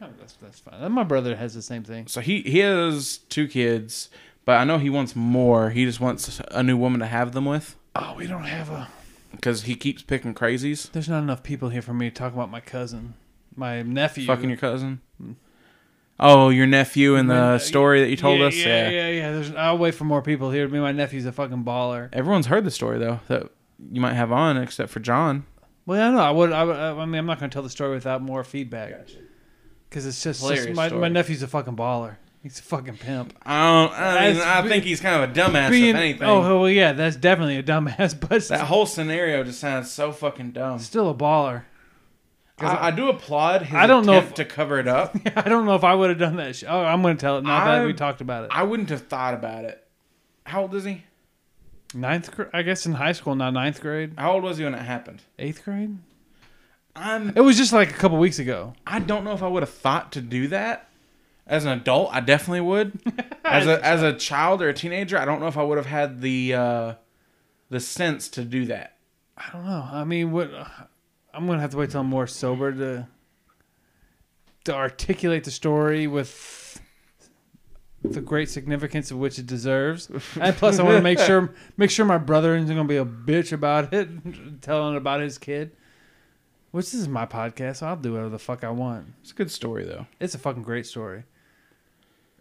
Oh, that's that's fine. My brother has the same thing.
So he he has two kids, but I know he wants more. He just wants a new woman to have them with
Oh, we don't have a.
because he keeps picking crazies.
There's not enough people here for me to talk about my cousin, my nephew.
Fucking your cousin. Oh, your nephew in
Yeah,
the story that you told
yeah,
us.
Yeah, yeah, yeah. There's. I'll wait for more people here. Me, and my nephew's a fucking baller.
Everyone's heard the story though that you might have on, except for John.
Well, I know. I would. I, would, I mean, I'm not going to tell the story without more feedback. Because it's just, just
Hilarious
my,
story.
my nephew's a fucking baller. He's a fucking pimp.
I don't. I, mean,
That's
I
be-
think he's kind of a dumbass.
Being-
if anything,
oh well, yeah, that's definitely a dumbass, [laughs] but
that whole scenario just sounds so fucking dumb.
still a baller. [laughs] 'Cause
I, I do applaud his
I don't know
attempt
if-
to cover it [laughs] up.
I don't know if I would have done that. Sh- oh, I'm going to tell it now that we
I'm-
talked about it.
I wouldn't have thought about it. How old is he?
Ninth, gr- I guess, in high school, not ninth grade,
How old was he when it happened?
eighth grade.
I'm.
It was just like a couple weeks ago.
I don't know if I would have thought to do that. As an adult, I definitely
[laughs]
would. As a as a child or a teenager, I don't know if I would have had the uh, the sense to do that.
I don't know. I mean, what? I'm gonna have to wait till I'm more sober to to articulate the story with the great significance of which it deserves, and plus I want to make sure make sure my brother isn't gonna be a bitch about it, [laughs] telling about his kid. Which this is my podcast, so I'll do whatever the fuck I want.
It's a good story though.
It's a fucking great story.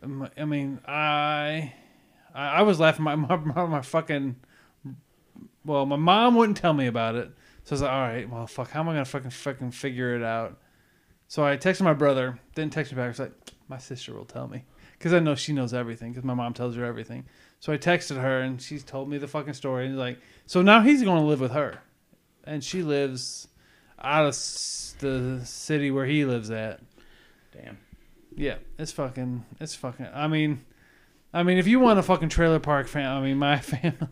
Um, I mean, I I, I was laughing. My, my my my fucking well, my mom wouldn't tell me about it, so I was like, all right, well, fuck, how am I gonna fucking fucking figure it out? So I texted my brother, didn't text me back. I was like, my sister will tell me because I know she knows everything because my mom tells her everything. So I texted her and she's told me the fucking story and like, so now he's going to live with her, and she lives out of s- the city where he lives at.
Damn.
Yeah, it's fucking. It's fucking. I mean, I mean, if you want a fucking trailer park fam, I mean, my [laughs] family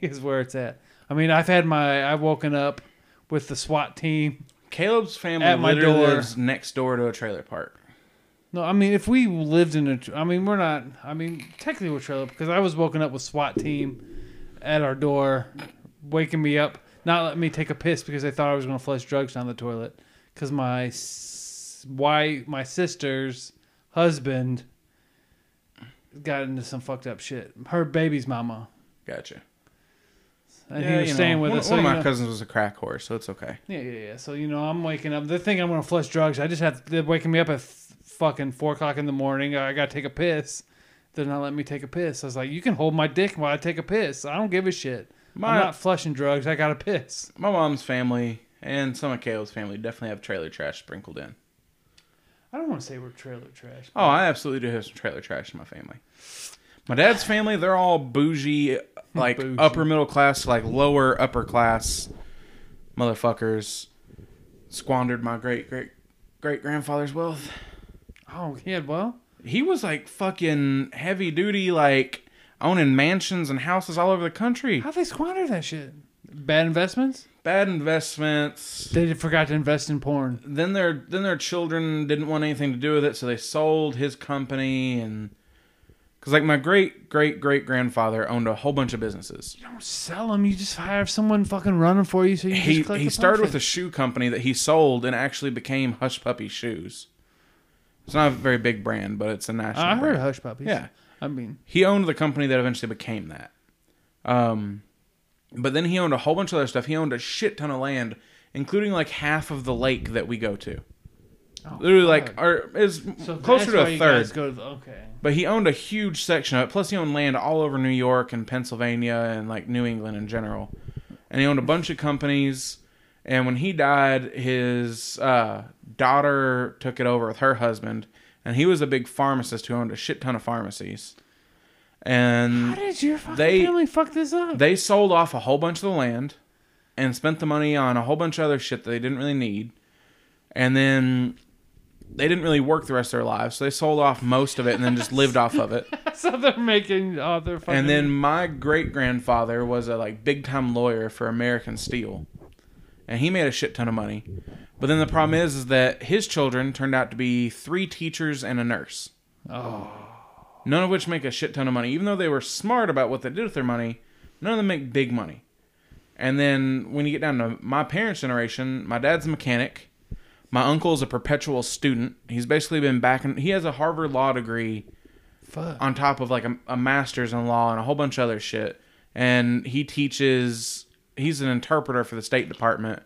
is where it's at. I mean, I've had my. I've woken up with the SWAT team.
Caleb's family
At my
literally
door.
lives next door to a trailer park.
No, I mean, if we lived in a. tr- I mean, we're not. I mean, technically we're trailer because I was woken up with SWAT team at our door, waking me up, not letting me take a piss because they thought I was going to flush drugs down the toilet because my s- why my sister's husband got into some fucked up shit. Her baby's mama.
Gotcha.
and
Yeah,
he was
you know,
staying with
one,
us.
One
so,
of my
you know-
cousins was a crack whore, so it's okay.
Yeah, yeah, yeah. So you know, I'm waking up. They're thinking I'm gonna flush drugs. I just have they're waking me up at f- fucking four o'clock in the morning. I gotta take a piss. They're not letting me take a piss. I was like, you can hold my dick while I take a piss. I don't give a shit.
My-
I'm not flushing drugs. I gotta piss.
My mom's family and some of Caleb's family definitely have trailer trash sprinkled in.
I don't want to say we're trailer trash.
Oh, I absolutely do have some trailer trash in my family. My dad's family, they're all bougie, like
Bougie.
upper middle class, like lower upper class motherfuckers. Squandered my great great great grandfather's wealth.
Oh yeah, well,
He was like fucking heavy duty, like owning mansions and houses all over the country.
how they squander that shit? Bad investments.
Bad investments.
They forgot to invest in porn.
Then their then their children didn't want anything to do with it, so they sold his company and because like my great great great grandfather owned a whole bunch of businesses.
You don't sell them. You just hire someone fucking running for you. So you
he
just collect
he
the
started with a
profit.
shoe company that he sold and actually became Hush Puppy Shoes. It's not a very big brand, but it's a national.
I heard
brand.
of hush puppies.
Yeah,
I mean,
he owned the company that eventually became that. Um, but then he owned a whole bunch of other stuff. He owned a shit ton of land, including like half of the lake that we go to.
oh,
Literally,
fuck.
like, or is
So
closer
that's
to
why
a
you
third.
guys go to the- okay.
But he owned a huge section of it. Plus, he owned land all over New York and Pennsylvania and like New England in general. And he owned a bunch of companies. And when he died, his uh, daughter took it over with her husband. And he was a big pharmacist who owned a shit ton of pharmacies.
How
And
did your fucking
They-
family fuck this up?
they sold off a whole bunch of the land and spent the money on a whole bunch of other shit that they didn't really need. And then they didn't really work the rest of their lives. So they sold off most of it and then just lived off of it.
[laughs] so they're making oh, they're fucking.
And then my great grandfather was a like big time lawyer for American Steel, and he made a shit ton of money. But then the problem is, is that his children turned out to be three teachers and a nurse,
oh,
none of which make a shit ton of money. Even though they were smart about what they did with their money, none of them make big money. And then when you get down to my parents' generation, my dad's a mechanic, My uncle is a perpetual student. He's basically been back in. He has a Harvard law degree
Fuck.
on top of like a, a master's in law and a whole bunch of other shit. And he teaches. He's an interpreter for the State Department,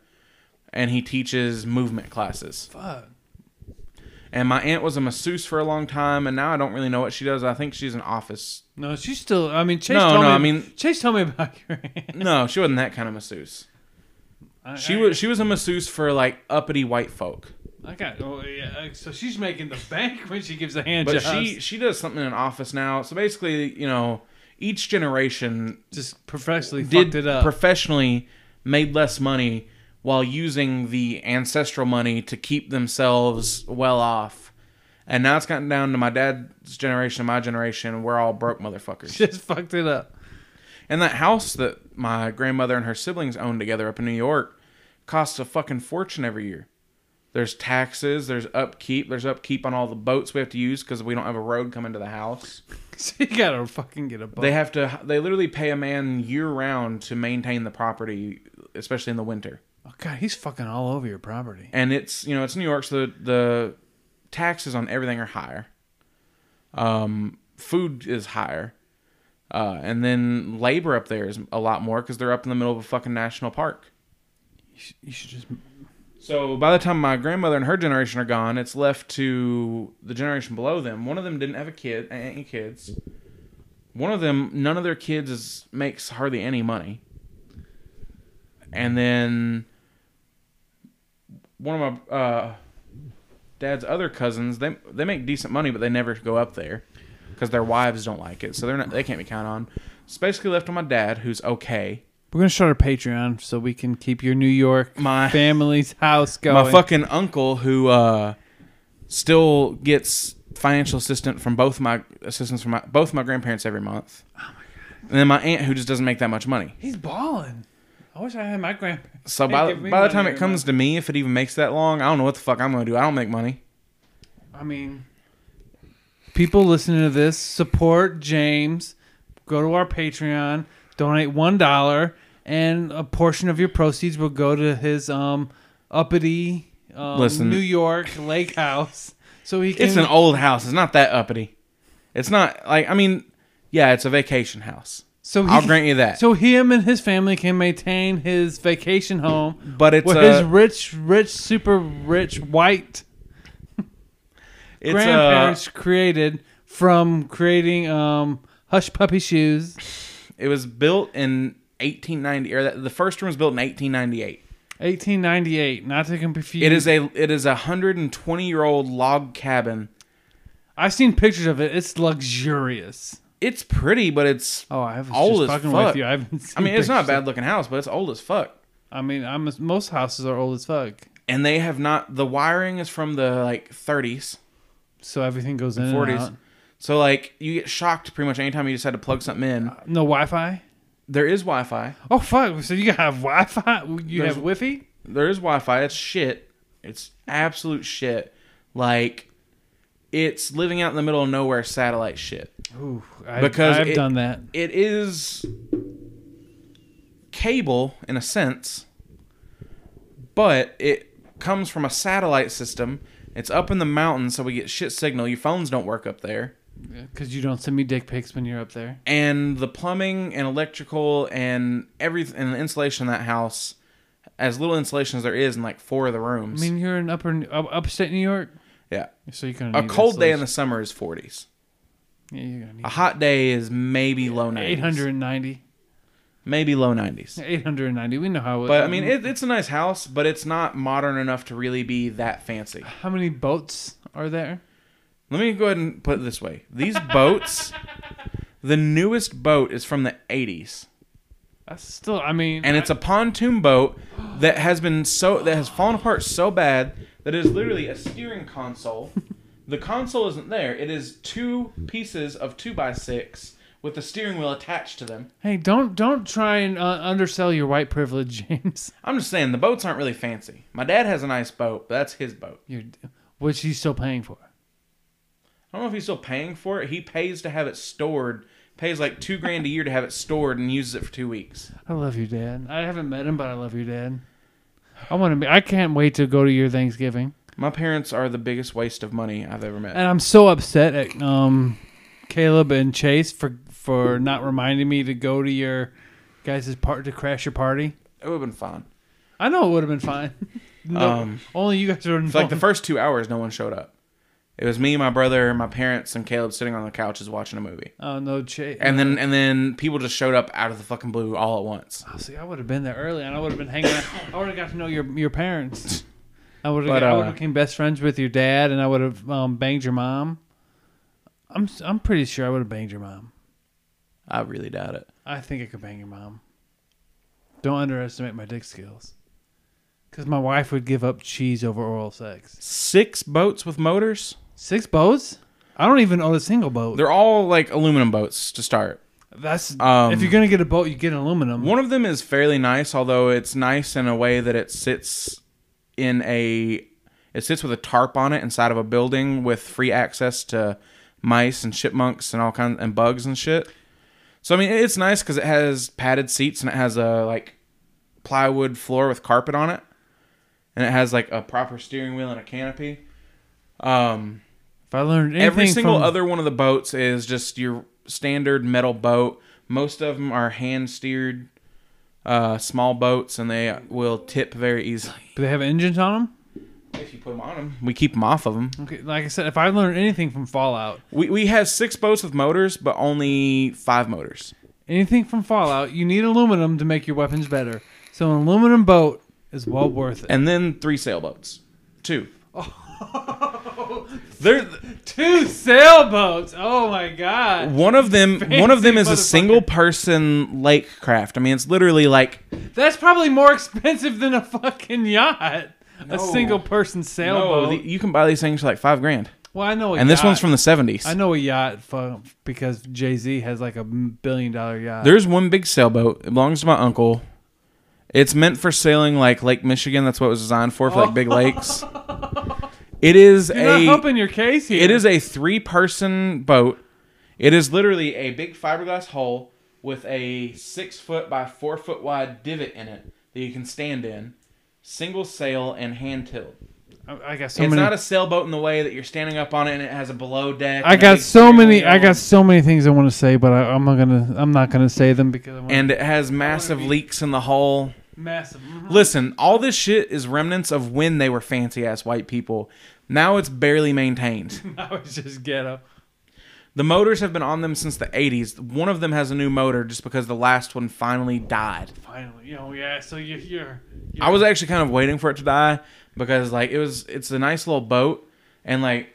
and he teaches movement classes.
Fuck.
And my aunt was a masseuse for a long time, and now I don't really know what she does. I think she's an office.
No, she's still. I mean, Chase.
No,
told
no,
me,
I mean-
Chase told me about your. aunt.
No, she wasn't that kind of masseuse.
I-
[laughs] She
I-
was she was a masseuse for like uppity white folk.
I got. Oh, yeah. So she's making the bank [laughs] when she gives the hand
But
jobs.
she she does something in office now. So basically, you know, each generation
just professionally
did
fucked it up.
professionally made less money while using the ancestral money to keep themselves well off. And now it's gotten down to my dad's generation and my generation. We're all
[laughs]
broke
[laughs]
motherfuckers.
just fucked it up.
And that house that my grandmother and her siblings owned together up in New York costs a fucking fortune every year. There's taxes, there's upkeep, there's upkeep on all the boats we have to use because we don't have a road coming to the house.
So you gotta fucking get a boat.
They have to, they literally pay a man year round to maintain the property, especially in the winter.
oh god, he's fucking all over your property.
And it's, you know, it's New York, so the, the taxes on everything are higher. Um, food is higher. Uh, and then labor up there is a lot more because they're up in the middle of a fucking national park.
You should, you should just.
So by the time my grandmother and her generation are gone, it's left to the generation below them. One of them didn't have a kid, any kids. One of them, none of their kids is, makes hardly any money. And then one of my uh, dad's other cousins, they they make decent money, but they never go up there because their wives don't like it, so they're not they can't be counted on. It's basically left on my dad, who's okay.
We're gonna start a Patreon so we can keep your New York
My
family's house going.
my fucking uncle who uh still gets financial assistance from both my assistance from my, both my grandparents every month. Oh my god. And then my aunt who just doesn't make that much money.
He's balling. I wish I had my grandparents.
So
Hey,
by
give me
by the
money
time it
every
comes to me, if it even makes that long, I don't know what the fuck I'm gonna do. I don't make money.
I mean, people listening to this support James. Go to our Patreon, donate one dollar, and a portion of your proceeds will go to his um uppity um,
Listen.
New York lake house. So he can.
It's an old house. It's not that uppity. It's not like I mean, yeah, it's a vacation house.
so he
I'll
can-
grant you that.
So him and his family can maintain his vacation home,
But it's
with
a-
his rich, rich, super rich white
It's a-
grandparents created from creating um hush puppy shoes.
it was built in 1890 or that, the first room was built in 1898.
1898. Not to confuse.
It is a it is a hundred and twenty year old log cabin.
I've seen pictures of it. It's luxurious.
It's pretty, but it's
Oh, I was
Old
just
as
fucking
fuck.
with you. I haven't. Seen
I mean it's not a
pictures.
bad looking house, but it's old as fuck.
I mean, I'm most houses are old as fuck,
And they have not the wiring is from the like thirties,
so everything goes in and
forties.
out.
So like you get shocked pretty much anytime you decide to plug something in.
No Wi-Fi.
There is Wi Fi.
Oh fuck! So you gotta have Wi-Fi. You
There's-
have Wi-Fi.
There is Wi Fi. It's shit. It's absolute shit. Like it's living out in the middle of nowhere satellite shit.
Ooh, I,
Because
I've
it-
done that.
it is cable in a sense, but it comes from a satellite system. It's up in the mountains, so we get shit signal. Your phones don't work up there.
Because you don't send me dick pics when you're up there.
And the plumbing and electrical and everything and the insulation in that house, as little insulation as there is in like four of the
I
rooms.
mean, you're in upper up- upstate New York,
yeah.
so you can.
A cold day in the summer is 40s.
Yeah, you're
[laughs]
gonna need
A hot day is maybe low 90s.
890.
Maybe low 90s.
890. We know how. it-
But I mean, it, it's a nice house, but it's not modern enough to really be that fancy.
how many boats are there?
Let me go ahead and put it this way: [laughs] these boats, the newest boat is from the '80s,
That's still. I mean,
and it's a pontoon boat that has been so that has fallen apart so bad that it is literally a steering console. The console isn't there; it is two pieces of two by six with the steering wheel attached to them.
Hey, don't don't try and uh, undersell your white privilege, [laughs] James.
I'm just saying the boats aren't really fancy. My dad has a nice boat, but that's his boat.
You're, which he's still paying for.
I don't know if he's still paying for it. He pays to have it stored. Pays like two grand a year to have it stored and uses it for two weeks.
I love you, Dad. I haven't met him, but I love you, Dad. I want to be. I can't wait to go to your Thanksgiving.
My parents are the biggest waste of money I've ever met.
And I'm so upset at um, Caleb and Chase for for not reminding me to go to your guys' part to crash your party.
It would have been fun.
I know it would have been fine. [laughs] No,
Um,
only you guys were
It's
involved.
like the first two hours, no one showed up. It was me, my brother, my parents, and Caleb sitting on the couches watching a movie.
oh no, Chase.
And then and then people just showed up out of the fucking blue all at once.
Oh, see, I would have been there early, and I would have been hanging. out. I would have got to know your your parents. I would have.
But,
I would
uh,
have became best friends with your dad, and I would have um, banged your mom. I'm s- I'm pretty sure I would have banged your mom.
I really doubt it.
I think I could bang your mom. Don't underestimate my dick skills. Because my wife would give up cheese over oral sex.
Six boats with motors.
Six boats? I don't even own a single boat.
They're all like aluminum boats to start.
That's
Um,
if you're gonna get a boat, you get aluminum.
One of them is fairly nice, although it's nice in a way that it sits in a it sits with a tarp on it inside of a building with free access to mice and chipmunks and all kinds and bugs and shit. So I mean, it's nice because it has padded seats and it has a like plywood floor with carpet on it, and it has like a proper steering wheel and a canopy. Um,
if I learned anything
every single
from-
other one of the boats is just your standard metal boat. Most of them are hand steered, uh, small boats, and they will tip very easily
do they have engines on them?
if you put them on them. We keep them off of them.
Okay, like I said, if I learned anything from Fallout,
We we have six boats with motors, but only five motors.
anything from Fallout, you need aluminum to make your weapons better. So an aluminum boat is well worth it.
and then three sailboats.
[laughs]
Two. There,
Two sailboats. Oh my god.
one of them, one of them is a
Fancy
single person lake craft. I mean, it's literally like
That's probably more expensive than a fucking yacht. A single person
no,
sailboat.
the- you can buy these things for like five grand,
well, I know. A
and this
yacht.
one's from the seventies.
I know a yacht fu- because Jay Z has like a billion dollar yacht.
There's one big sailboat. It belongs to my uncle. It's meant for sailing like Lake Michigan. That's what it was designed for, for like
[laughs]
big lakes. It is
You're not
a
helping your case here.
it is a three person boat. It is literally a big fiberglass hull with a six foot by four foot wide divot in it that you can stand in, single sail and hand tilt.
I I got so
it's
many.
not a sailboat in the way that you're standing up on it and it has a below deck.
I
and a
got
big
so
steering
many.
wheel.
I got so many things I want to say, but I, I'm not gonna. I'm not gonna say them because I want
and it has massive leaks in the hull.
massive. mhm.
Listen, all this shit is remnants of when they were fancy ass white people. Now it's
[laughs]
barely maintained.
[laughs] I was just ghetto.
The motors have been on them since the 80s. One of them has a new motor just because the last one finally died.
Finally, you know, yeah. So you're here.
I was actually kind of waiting for it to die because like it was it's a nice little boat and like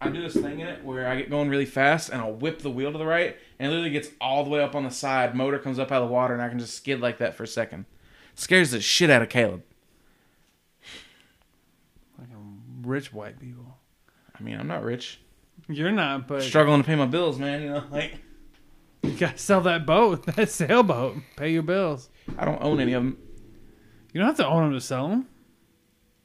I do this thing in it where I get going really fast and I'll whip the wheel to the right and it literally gets all the way up on the side, motor comes up out of the water and I can just skid like that for a second. Scares the shit out of Caleb.
rich white people.
I mean, I'm not rich.
You're not, but
Struggling to pay my bills, man, you know, [laughs] like
you gotta sell that boat, [laughs] that sailboat. Pay your bills.
I don't own any of them.
You don't have to own them to sell them.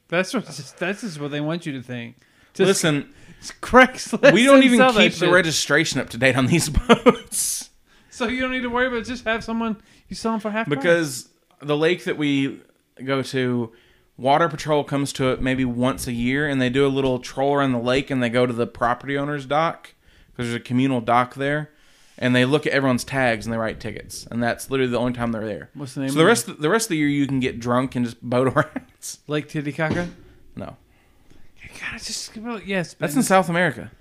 That's what. That's just what they want you to think. Just [laughs]
Listen,
Craigslist.
we don't
and
even
sell that
keep the
shit.
registration up to date on these [laughs] boats
So you don't need to worry about. it. Just have someone you sell them for half. price.
because the lake that we go to, Water Patrol comes to it maybe once a year, and they do a little troll around the lake, and they go to the property owner's dock because there's a communal dock there, and they look at everyone's tags and they write tickets, and that's literally the only time they're there.
What's the name
So
of
the
it?
rest of the rest of the year you can get drunk and just boat [laughs] around.
Lake Titicaca.
No,
God, it's just yes.
that's
but
in South America.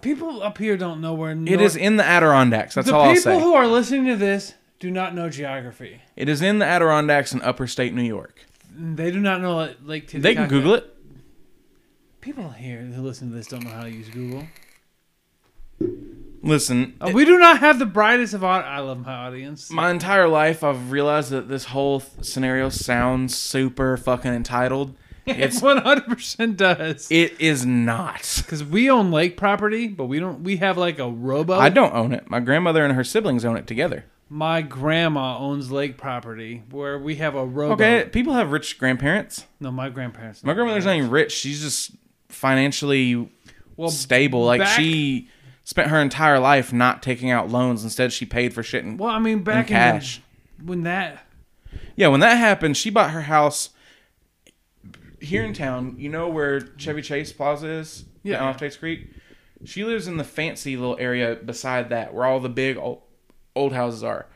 people up here don't know where.
It is in the Adirondacks. That's
the
all I'll
people
say.
who are listening to this do not know geography.
It is in the Adirondacks in upper state New York.
They do not know like, Lake Titicaca.
They can Google it.
People here who listen to this don't know how to use Google.
Listen,
Uh, we do not have the brightest of aud I love my audience.
my entire life I've realized that this whole th- scenario sounds super fucking
[laughs]
entitled.
It's [laughs]
It's
one hundred percent does.
it is not.
Because we own lake property, but we don't. We have like a robo.
I don't own it. My grandmother and her siblings own it together.
My grandma owns lake property where we have a robo.
Okay, people have rich grandparents.
No, my grandparents.
My grandmother's not even rich. She's just financially
well,
stable. Like
back-
she spent her entire life not taking out loans. Instead, she paid for shit and
Well, I mean, back
cash.
in the, when that
Yeah, when that happened, she bought her house here in town, you know where Chevy Chase Plaza is?
Yeah.
Down off Chase Creek? She lives in the fancy little area beside that where all the big old, old houses are.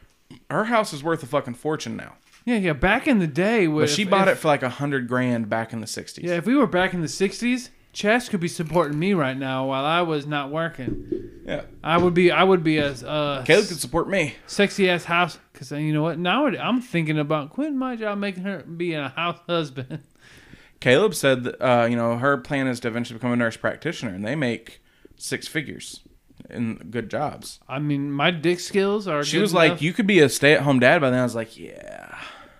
Her house is worth a fucking fortune now.
Yeah, yeah. Back in the day,
But she bought it for like a hundred grand back in the 60s.
Yeah, if we were back in the '60s, Chess could be supporting me right now while I was not working.
Yeah.
I would be, I would be uh, a, a
Caleb could support me.
sexy ass house. Cause you know what? Now I'm thinking about quitting my job, making her be a house husband. [laughs]
Caleb said, that, uh, you know, her plan is to eventually become a nurse practitioner, and they make six figures in good jobs.
I mean, my dick skills are.
She
good
was like,
enough.
"You could be a stay-at-home dad." By then, I was like, "Yeah,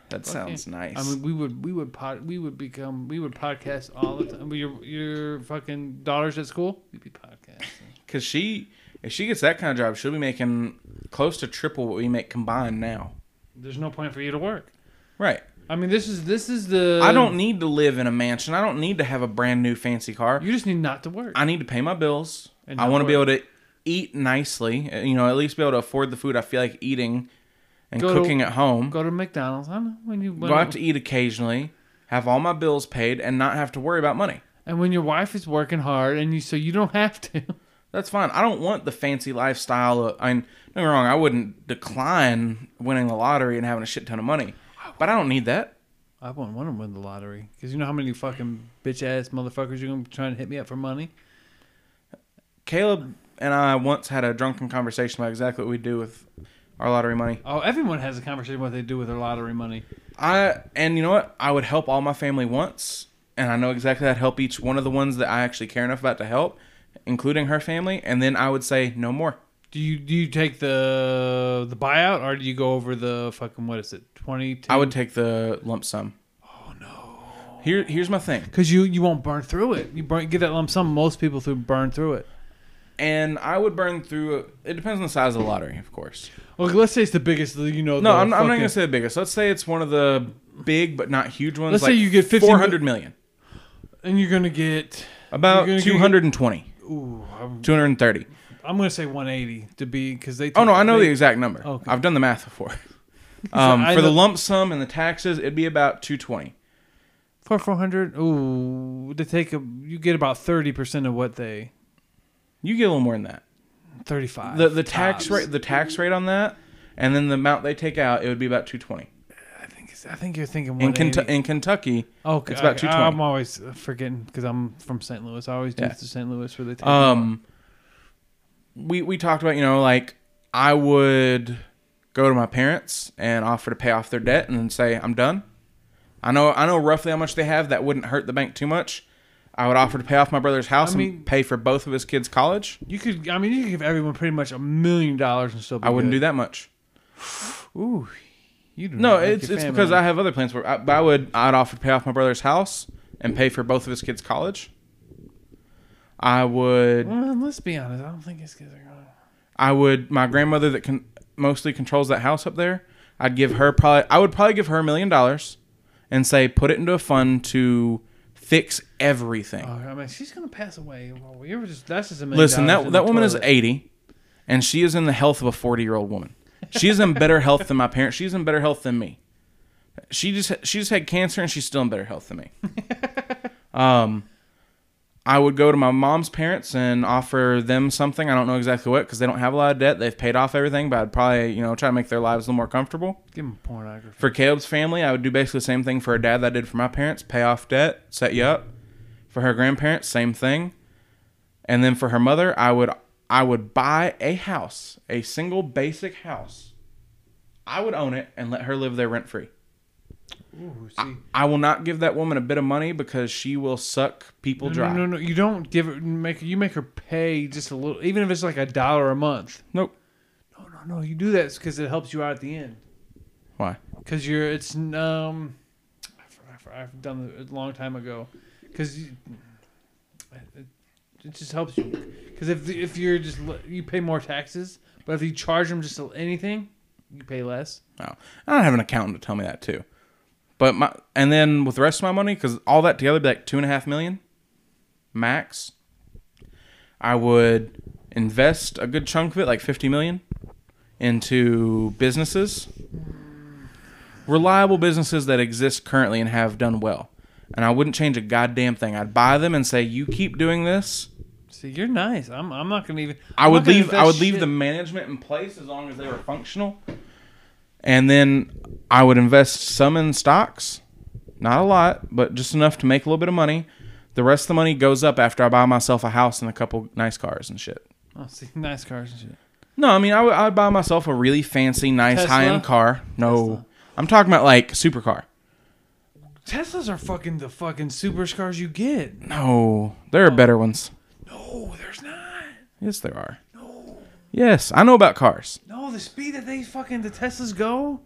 that sounds nice."
I mean, we would we would pod we would become we would podcast all the time. Your your fucking daughters at school, we'd be podcasting.
Because she, if she gets that kind of job, she'll be making close to triple what we make combined now.
There's no point for you to work.
Right.
I mean, this is this is the.
I don't need to live in a mansion. I don't need to have a brand new fancy car.
You just need not to work.
I need to pay my bills.
And
I
not
want to be able
work.
to eat nicely. uh, You know, at least be able to afford the food I feel like eating and
Go to-
cooking at home.
Go to McDonald's. I don't know when you when,
Go out to eat occasionally. Have all my bills paid and not have to worry about money.
and when your wife is working hard and you so you don't have to.
That's fine. I don't want the fancy lifestyle. Of, I mean, don't get me wrong. I wouldn't decline winning the lottery and having a shit ton of money, but I don't need that.
I wouldn't want to win the lottery because you know how many fucking bitch ass motherfuckers you're gonna be trying to hit me up for money.
Caleb and I once had a drunken conversation about exactly what we do with our lottery money.
Oh, everyone has a conversation what they do with their lottery money.
I and you know what? I would help all my family once, and I know exactly I'd help each one of the ones that I actually care enough about to help, including her family, and then I would say no more.
Do you do you take the the buyout or do you go over the fucking what is it twenty?
I would take the lump sum. Oh no. Here here's my thing.
because you you won't burn through it. You burn get that lump sum. Most people through burn through it.
And I would burn through it depends on the size of the lottery, of course.
Well, let's say it's the biggest. You know,
No,
the
I'm, I'm not
fucking-
gonna say the biggest. Let's say it's one of the big but not huge ones.
Let's say
like
you get 50
four hundred million.
And you're gonna get. You're
About
gonna get-
two hundred and twenty.
Ooh, I'm,
Two hundred and thirty.
I'm gonna say 180 to be because they.
Oh no, I know the
they-
exact number.
Okay.
I've done the
[laughs]
math before. Um,
I
for the
know-
lump sum and the taxes, it'd be about two twenty.
for 400. Ooh, they take a. You get about 30 percent of what they.
You get a little more than that.
35.
The the tax
tops.
rate the tax rate on that, and then the amount they take out, it would be about two twenty.
I think it's- I think you're thinking
In,
180.
Kentu- in Kentucky,
okay,
it's about
okay.
220.
I'm always forgetting because I'm from St. Louis. I always do
Yeah.
it to St. Louis where they take.
um, we we talked about you know like I would go to my parents and offer to pay off their debt and then say I'm done. I know I know roughly how much they have. That wouldn't hurt the bank too much. I would offer to pay off my brother's house
mean-
and pay for both of his kids' college.
You could, I mean, you could give everyone pretty much a million dollars and still. Be
I wouldn't
good.
do that much.
that. Ooh, you do.
No,
not like
it's
your
it's
family.
because I have other plans. For, I, but I would I'd offer to pay off my brother's house and pay for both of his kids' college. I would
Well, let's be honest. I don't think his kids are going.
I would my grandmother that can mostly controls that house up there. I'd give her probably I would probably give her a million dollars, and say put it into a fund to fix everything.
Oh, I mean, she's gonna pass away. Well, you were just that's just a million.
Listen,
dollars
that
in
that
the
woman is
toilet.
eighty, and she is in the health of a forty year old woman. She's in better health than my parents. She's in better health than me. She just she just had cancer, and she's still in better
[laughs]
health than me. um, I would go to my mom's parents and offer them something. I don't know exactly what because they don't have a lot of debt. They've paid off everything, but I'd probably you know try to make their lives a little more comfortable.
Give him pornography.
For Caleb's family, I would do basically the same thing for her dad that I did for my parents pay off debt, set you up. For her grandparents, same thing. And then for her mother, I would I would buy a house, a single basic house. I would own it and let her live there rent free.
Ooh, see.
I will not give that woman a bit of money because she will suck people
no,
dry.
no, no, no, you don't give her make you make her pay just a little, even if it's like a dollar a month.
Nope.
No, no, no. You do that because it helps you out at the end.
Why?
Because you're it's um, I for- I for- I've done it a long time ago. Because it, it just helps you. Because if if you're just l- you pay more taxes, but if you charge them just a- anything, you pay less.
No. Oh. I don't have an accountant to tell me that too. But my and then with the rest of my money, because all that together would be like two and a half million max. I would invest a good chunk of it, like fifty million, into businesses. Reliable businesses that exist currently and have done well. and I wouldn't change a goddamn thing. I'd buy them and say, "You keep doing this."
See, you're nice. I'm, I'm not gonna even.
I
I'm
would
not gonna
leave.
let
I
that
would leave
shit-
the management in place as long as they were functional, and then I would invest some in stocks, not a lot, but just enough to make a little bit of money. The rest of the money goes up after I buy myself a house and a couple nice cars and shit.
Oh, see, nice cars and shit.
No, I mean I would, I would buy myself a really fancy, nice,
Tesla?
high end car. No,
Tesla.
I'm talking about like supercar.
Teslas are fucking the fucking super cars you get.
No, there are better ones.
No, there's not.
Yes, there are. No. Yes, I know about cars.
No, the speed that they fucking the Teslas go.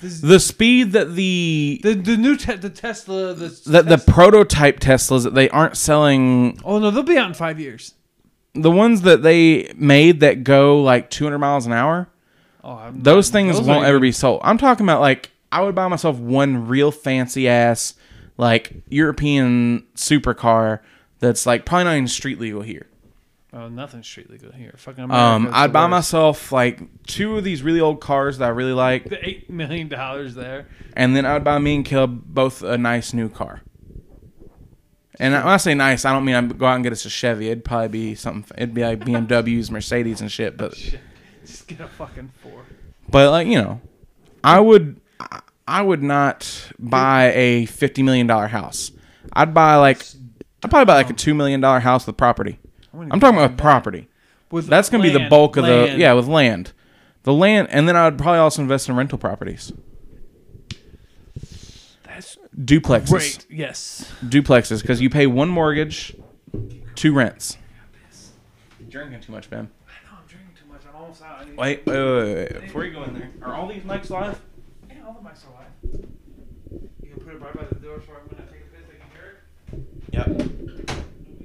The
The speed that the
the, the new te- the Tesla the
that the
Tesla-
prototype Teslas that they aren't selling,
oh no, they'll be out in five years.
the ones that they made that go like 200 miles an hour,
Oh, I'm
those things
Those
won't
aren't
ever
even-
be sold. I'm talking about like I would buy myself one real fancy ass like European supercar that's like probably not even street legal here.
oh nothing's street legal here. Fucking
Um,
America's
I'd
the
buy
worst.
myself like two of these really old cars that I really like,
the eight million dollars there.
and then I'd buy me and Caleb both a nice new car. And I- when I say nice, I don't mean I'd go out and get us a Chevy. It'd probably be something. It'd be like
[laughs]
BMWs, Mercedes, and shit. But
Shit. Just get a fucking four.
but like you know, I would I- I would not buy a fifty million dollar house. I'd buy like I'd probably buy like a two million dollar house with property. I'm talking about property.
With
That's gonna be the
land-
bulk of the
land.
yeah with land, the land, and then I would probably also invest in rental properties,
That's
duplexes,
great. Yes.
duplexes, because you pay one mortgage, two rents. Drinking too much, Ben.
I know I'm drinking too much. I'm almost out. I need-
Wait, wait, wait, wait, wait. Before you go in there, are all these mics live?
Yeah, all the mics are live. You can put it right by the door so when I take a piss, I can hear it.
Yep.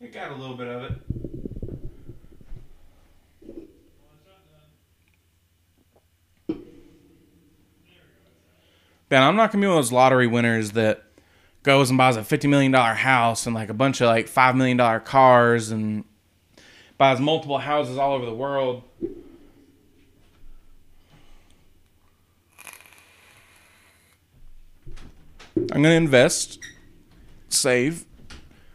It got a little bit of it. Ben, I'm not gonna be one of those lottery winners that goes and buys a fifty million dollar house and like a bunch of like five million dollar cars and buys multiple houses all over the world. I'm gonna invest, save,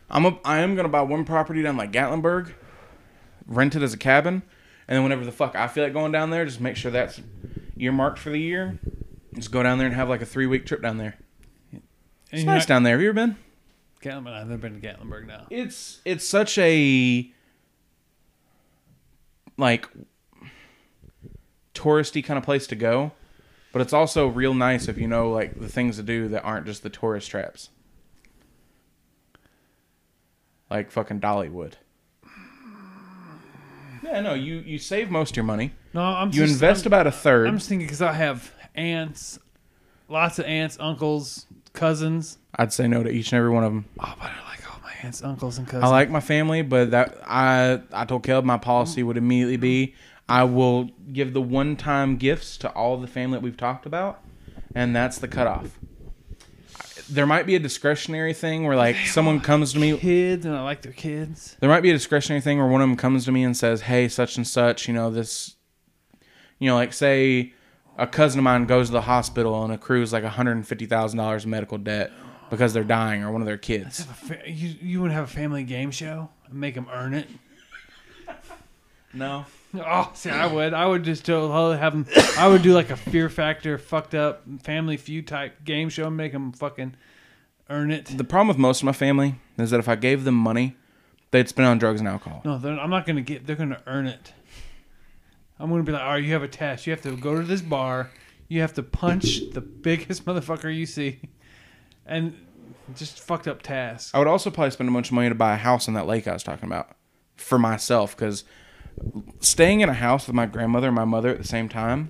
I'm a, I am gonna buy one property down like Gatlinburg, rent it as a cabin, and then whenever the fuck I feel like going down there, just make sure that's earmarked for the year. Just go down there and have like a three week trip down there. It's nice down there. Have you ever been?
Gatlinburg. I've never been to Gatlinburg now.
It's it's such a like touristy kind of place to go, but it's also real nice if you know like the things to do that aren't just the tourist traps. Like fucking Dollywood. Yeah, no, you you save most of your money.
No, I'm.
You
just,
invest
I'm,
about a third.
I'm just thinking because I have aunts, lots of aunts, uncles, cousins.
I'd say no to each and every one of them.
Oh, but I like all my aunts, uncles, and cousins.
I like my family, but that I I told Caleb my policy would immediately be I will give the one time gifts to all the family that we've talked about, and that's the cutoff. There might be a discretionary thing where like someone comes
[laughs]
to me.
kids, and I like their kids.
There might be a discretionary thing where one of them comes to me and says, "Hey, such and such, you know this, you know, like say a cousin of mine goes to the hospital and accrues like hundred and fifty thousand dollars in medical debt because they're dying or one of their kids."
Have a fa- you you want to have a family game show and make them earn it?
No,
Oh, see, I would. I would just totally have them. I would do like a Fear Factor, fucked up Family Feud type game show and make them fucking earn it.
The problem with most of my family is that if I gave them money, they'd spend it on drugs and alcohol.
No, they're, I'm not gonna get. They're gonna earn it. I'm gonna be like, all right, you have a test. You [laughs] have to go to this bar. You have to punch the biggest motherfucker you see, and just fucked up tasks.
I would also probably spend a bunch of money to buy a house on that lake I was talking about for myself because staying in a house with my grandmother and my mother at the same time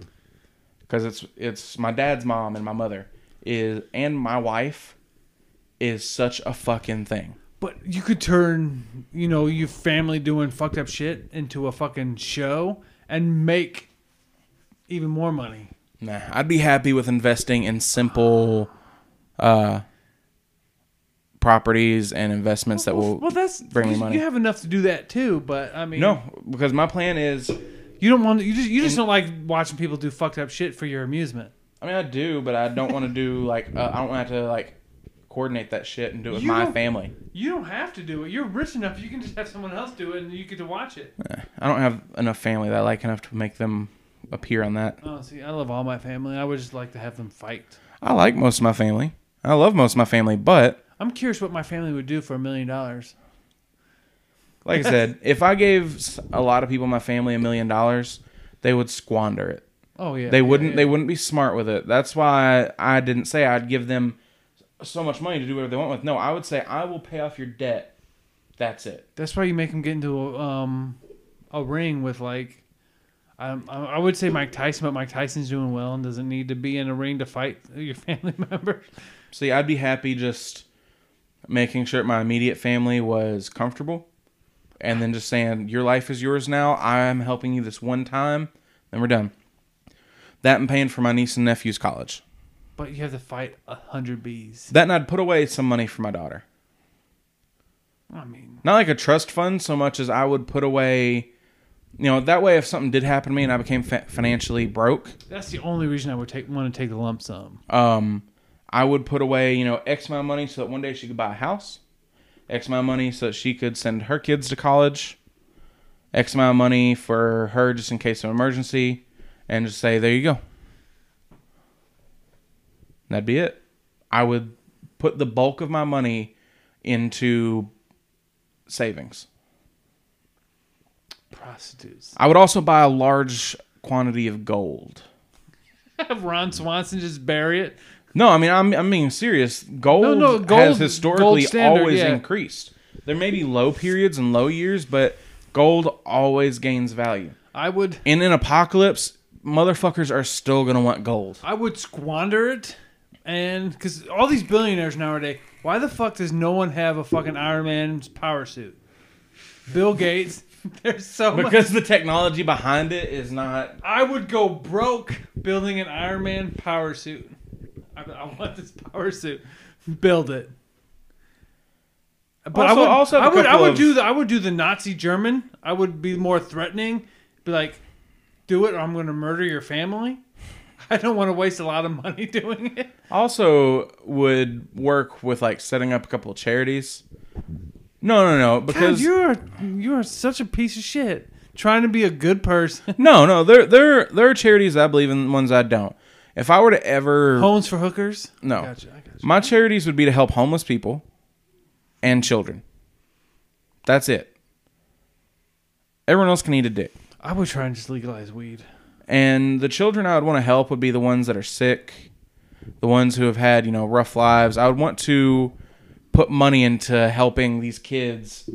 because it's it's my dad's mom and my mother is and my wife is such a fucking thing.
But you could turn, you know, your family doing fucked up shit into a fucking show and make even more money.
Nah, I'd be happy with investing in simple uh properties and investments that will
well, that's
bring me
you-
money.
You have enough to do that too, but I mean,
no, because my plan is
you don't want to, you just you just don't like watching people do fucked up shit for your amusement.
I mean, I do, but I don't want to do like uh, I don't want to have to like coordinate that shit and do it with
You
my
don't-
family.
You don't have to do it. You're rich enough. You can just have someone else do it, and you get to watch it.
I don't have enough family that I like enough to make them appear on that.
Oh, see, I love all my family. I would just like to have them fight.
I like most of my family. I love most of my family, but
I'm curious what my family would do for a million dollars.
like
[laughs]
I said, if I gave s- a lot of people in my family a million dollars, they would squander it.
Oh yeah,
They wouldn't.
Yeah,
They wouldn't be smart with it. That's why I didn't say I'd give them so much money to do whatever they want with. No, I would say I will pay off your debt. That's it.
That's why you make him get into a, um, a ring with like, um, I I would say Mike Tyson, but Mike Tyson's doing well and doesn't need to be in a ring to fight [laughs] your family members.
See, I'd be happy just making sure my immediate family was comfortable and then just saying, Your life is yours now. I'm helping you this one time. Then we're done. That and paying for my niece and nephew's college.
But you have to fight a hundred bees.
That and I'd put away some money for my daughter.
I mean,
Not like a trust fund so much as I would put away, you know, that way if something did happen to me and I became fa- financially broke,
that's the only reason I would take want to take the lump sum.
um, I would put away, you know, X amount of money so that one day she could buy a house, X amount of money so that she could send her kids to college, X amount of money for her just in case of emergency, and just say, there you go. And that'd be it. I would put the bulk of my money into savings.
Prostitutes.
I would also buy a large quantity of gold.
[laughs] Have Ron Swanson just bury it.
No, I mean I'm I'm being serious. Gold,
No, no,
has
gold-
historically
gold standard,
always
yeah.
increased. There may be low periods and low years, but gold always gains value.
I would.
In an apocalypse, motherfuckers are still gonna want gold.
I would squander it, and because all these billionaires nowadays, why the fuck does no one have a fucking Iron Man's power suit? Bill Gates, [laughs] there's so much.
Because the technology behind it is not
I would go broke building an Iron Man power suit. I, I want this power suit. Build it. But
Also-
I would
also
I
have a
would I
couple
would
of-
do the I would do the Nazi German. I would be more threatening. Be like, do it or I'm going to murder your family. [laughs] I don't want to waste a lot of money [laughs] doing it.
also would work with like setting up a couple of charities. No, no, no.
God,
Because
you're you're such a piece of shit. Trying to be a good [laughs] person.
no, no, there there there are charities I believe in, ones I don't. If I were to ever
Homes for hookers.
No.
Gotcha, I gotcha.
My charities would be to help homeless people and children. That's it. Everyone else can eat a dick.
I would try and just legalize weed.
And the children I would want to help would be the ones that are sick, the ones who have had, you know, rough lives. I would want to put money into helping these kids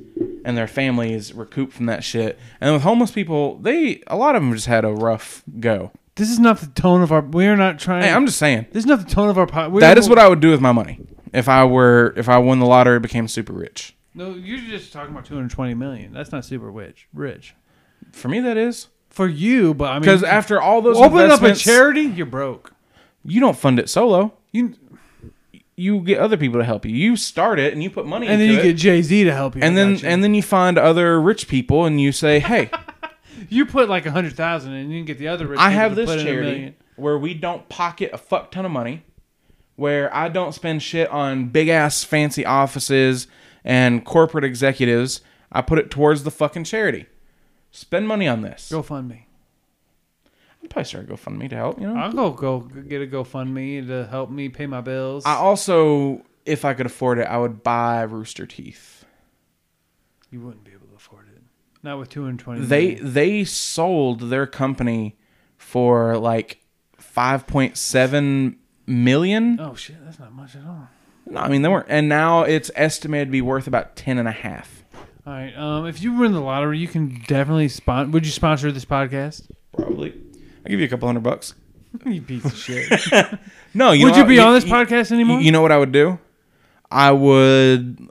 and their families recoup from that shit. And with homeless people, they a lot of them just had a rough go.
This is not the tone of our. We are not trying.
Hey, I'm just saying.
This is not the tone of our podcast.
That is what I would do with my money. If I were if I won the lottery, became super rich.
No, you're just talking about 220 million. That's not super rich. Rich
For me that is.
for you, but I mean,
Because after all those
opening up a
investments,
charity, you're broke.
you don't fund it solo.
You
You get other people to help you. You start it and you put money
and
into
then you
it.
get Jay Z to help you.
and
I
then
got you.
and then you find other rich people and
[laughs]
you say, "Hey,
you put like a hundred thousand, and you can get the other rich.
I
people
have
to
this
put in a
charity
million.
where we don't pocket a fuck ton of money, where I don't spend shit on big ass fancy offices and corporate executives. I put it towards the fucking charity. Spend money on this.
GoFundMe.
I'd probably start a GoFundMe to help. You know,
I'll go go get a GoFundMe to help me pay my bills.
I also, if I could afford it, I would buy Rooster Teeth.
you wouldn't be able to afford it. Not with 220.
they
million.
they sold their company for like 5.7 million
Oh shit, that's Oh, not much at all.
No, I mean they weren't. And now it's estimated to be worth about ten and a half.
All right. Um, if you win the lottery, you can definitely sponsor. Would you sponsor this
[laughs]
podcast?
Probably. I'll give you a couple hundred bucks.
you piece of shit.
No, you
would
know
you
what-
be on this podcast
you-
anymore?
You know what I would do? I would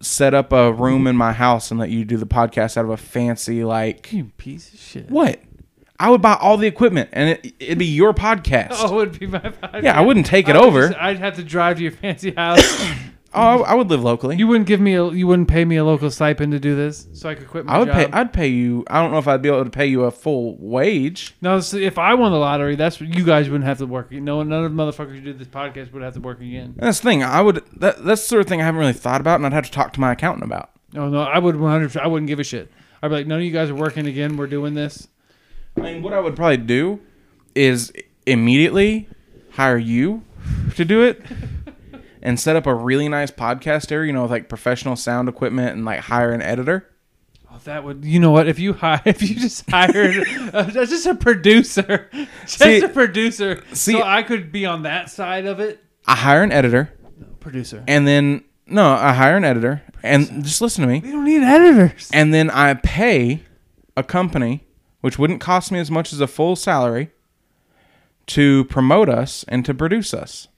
set up a room in my house and let you do the podcast out of a fancy
[laughs]
like
you piece of shit.
what? I would buy all the equipment and it, it'd be your podcast.
[laughs] Oh, it would be my podcast.
yeah, I wouldn't take it
I would
over.
just- I'd have to drive to your fancy house. [coughs]
oh, I, I would live locally.
you wouldn't give me a. You wouldn't pay me a local stipend to do this, so I could quit my
I would
job.
pay. I'd pay you. I don't know if I'd be able to pay you a full wage.
no, so if I won the lottery, that's what you guys wouldn't have to work. No, none of the motherfuckers who did this podcast would have to work again.
And that's the thing. I would. That, that's the sort of thing I haven't really thought about, and I'd have to talk to my accountant about.
No, no, I would 100. I wouldn't give a shit. I'd be like, none of you guys are working again. We're doing this.
I mean, what I would probably do is immediately hire you to do
[laughs]
it and set up a really nice podcast area, you know, with like professional sound equipment and like hire an editor.
Oh, that would. You know what? If you hire, [laughs] if you just [laughs] hired uh, just a producer, just
See-
a producer,
see-
so I could be on that side of it.
I hire an editor
Producer.
and then, no, I hire an editor and just listen to me.
We don't need editors.
And then I pay a company, which wouldn't cost me as much as a full salary, to promote us and to produce us.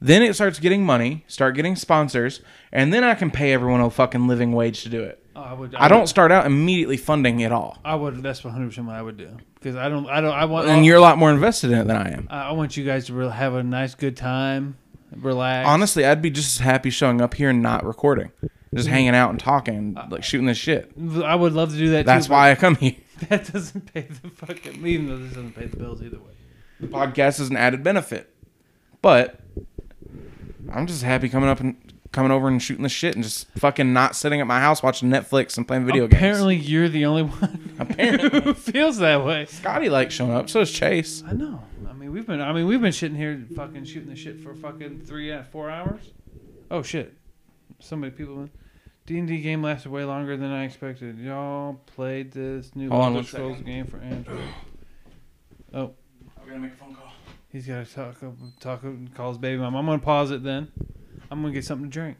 Then it starts getting money, start getting sponsors, and then I can pay everyone a fucking living wage to do it.
Oh, I would.
I don't
Would,
start out immediately funding it all.
I would. That's 100 percent what I would do because I don't. I don't. I want.
And you're a lot more invested in it than I am.
I I want you guys to re- have a nice, good time, relax.
Honestly, I'd be just as happy showing up here and not recording, just hanging out and talking, and, like shooting this shit.
I would love to do that.
That's
too, but
why I come here.
[laughs] that doesn't pay the fucking. Even though this doesn't pay the bills either way.
podcast is an added benefit. But I'm just happy coming up and coming over and shooting the shit and just fucking not sitting at my house watching Netflix and playing video
Apparently, you're the only [laughs] one
games. Apparently,
[laughs] who feels that way.
Scotty likes showing up. So does Chase.
I know. I mean, we've been. I mean, we've been sitting here, fucking shooting the shit for fucking three, uh, four hours. Oh shit! So many people. D and D game lasted way longer than I expected. Y'all played this new
Hold on
Elder
one
Scrolls game for Android.
I'm gonna make a phone call.
He's got to talk, talk, and call his baby mom. I'm gonna pause it then. I'm gonna get something to drink.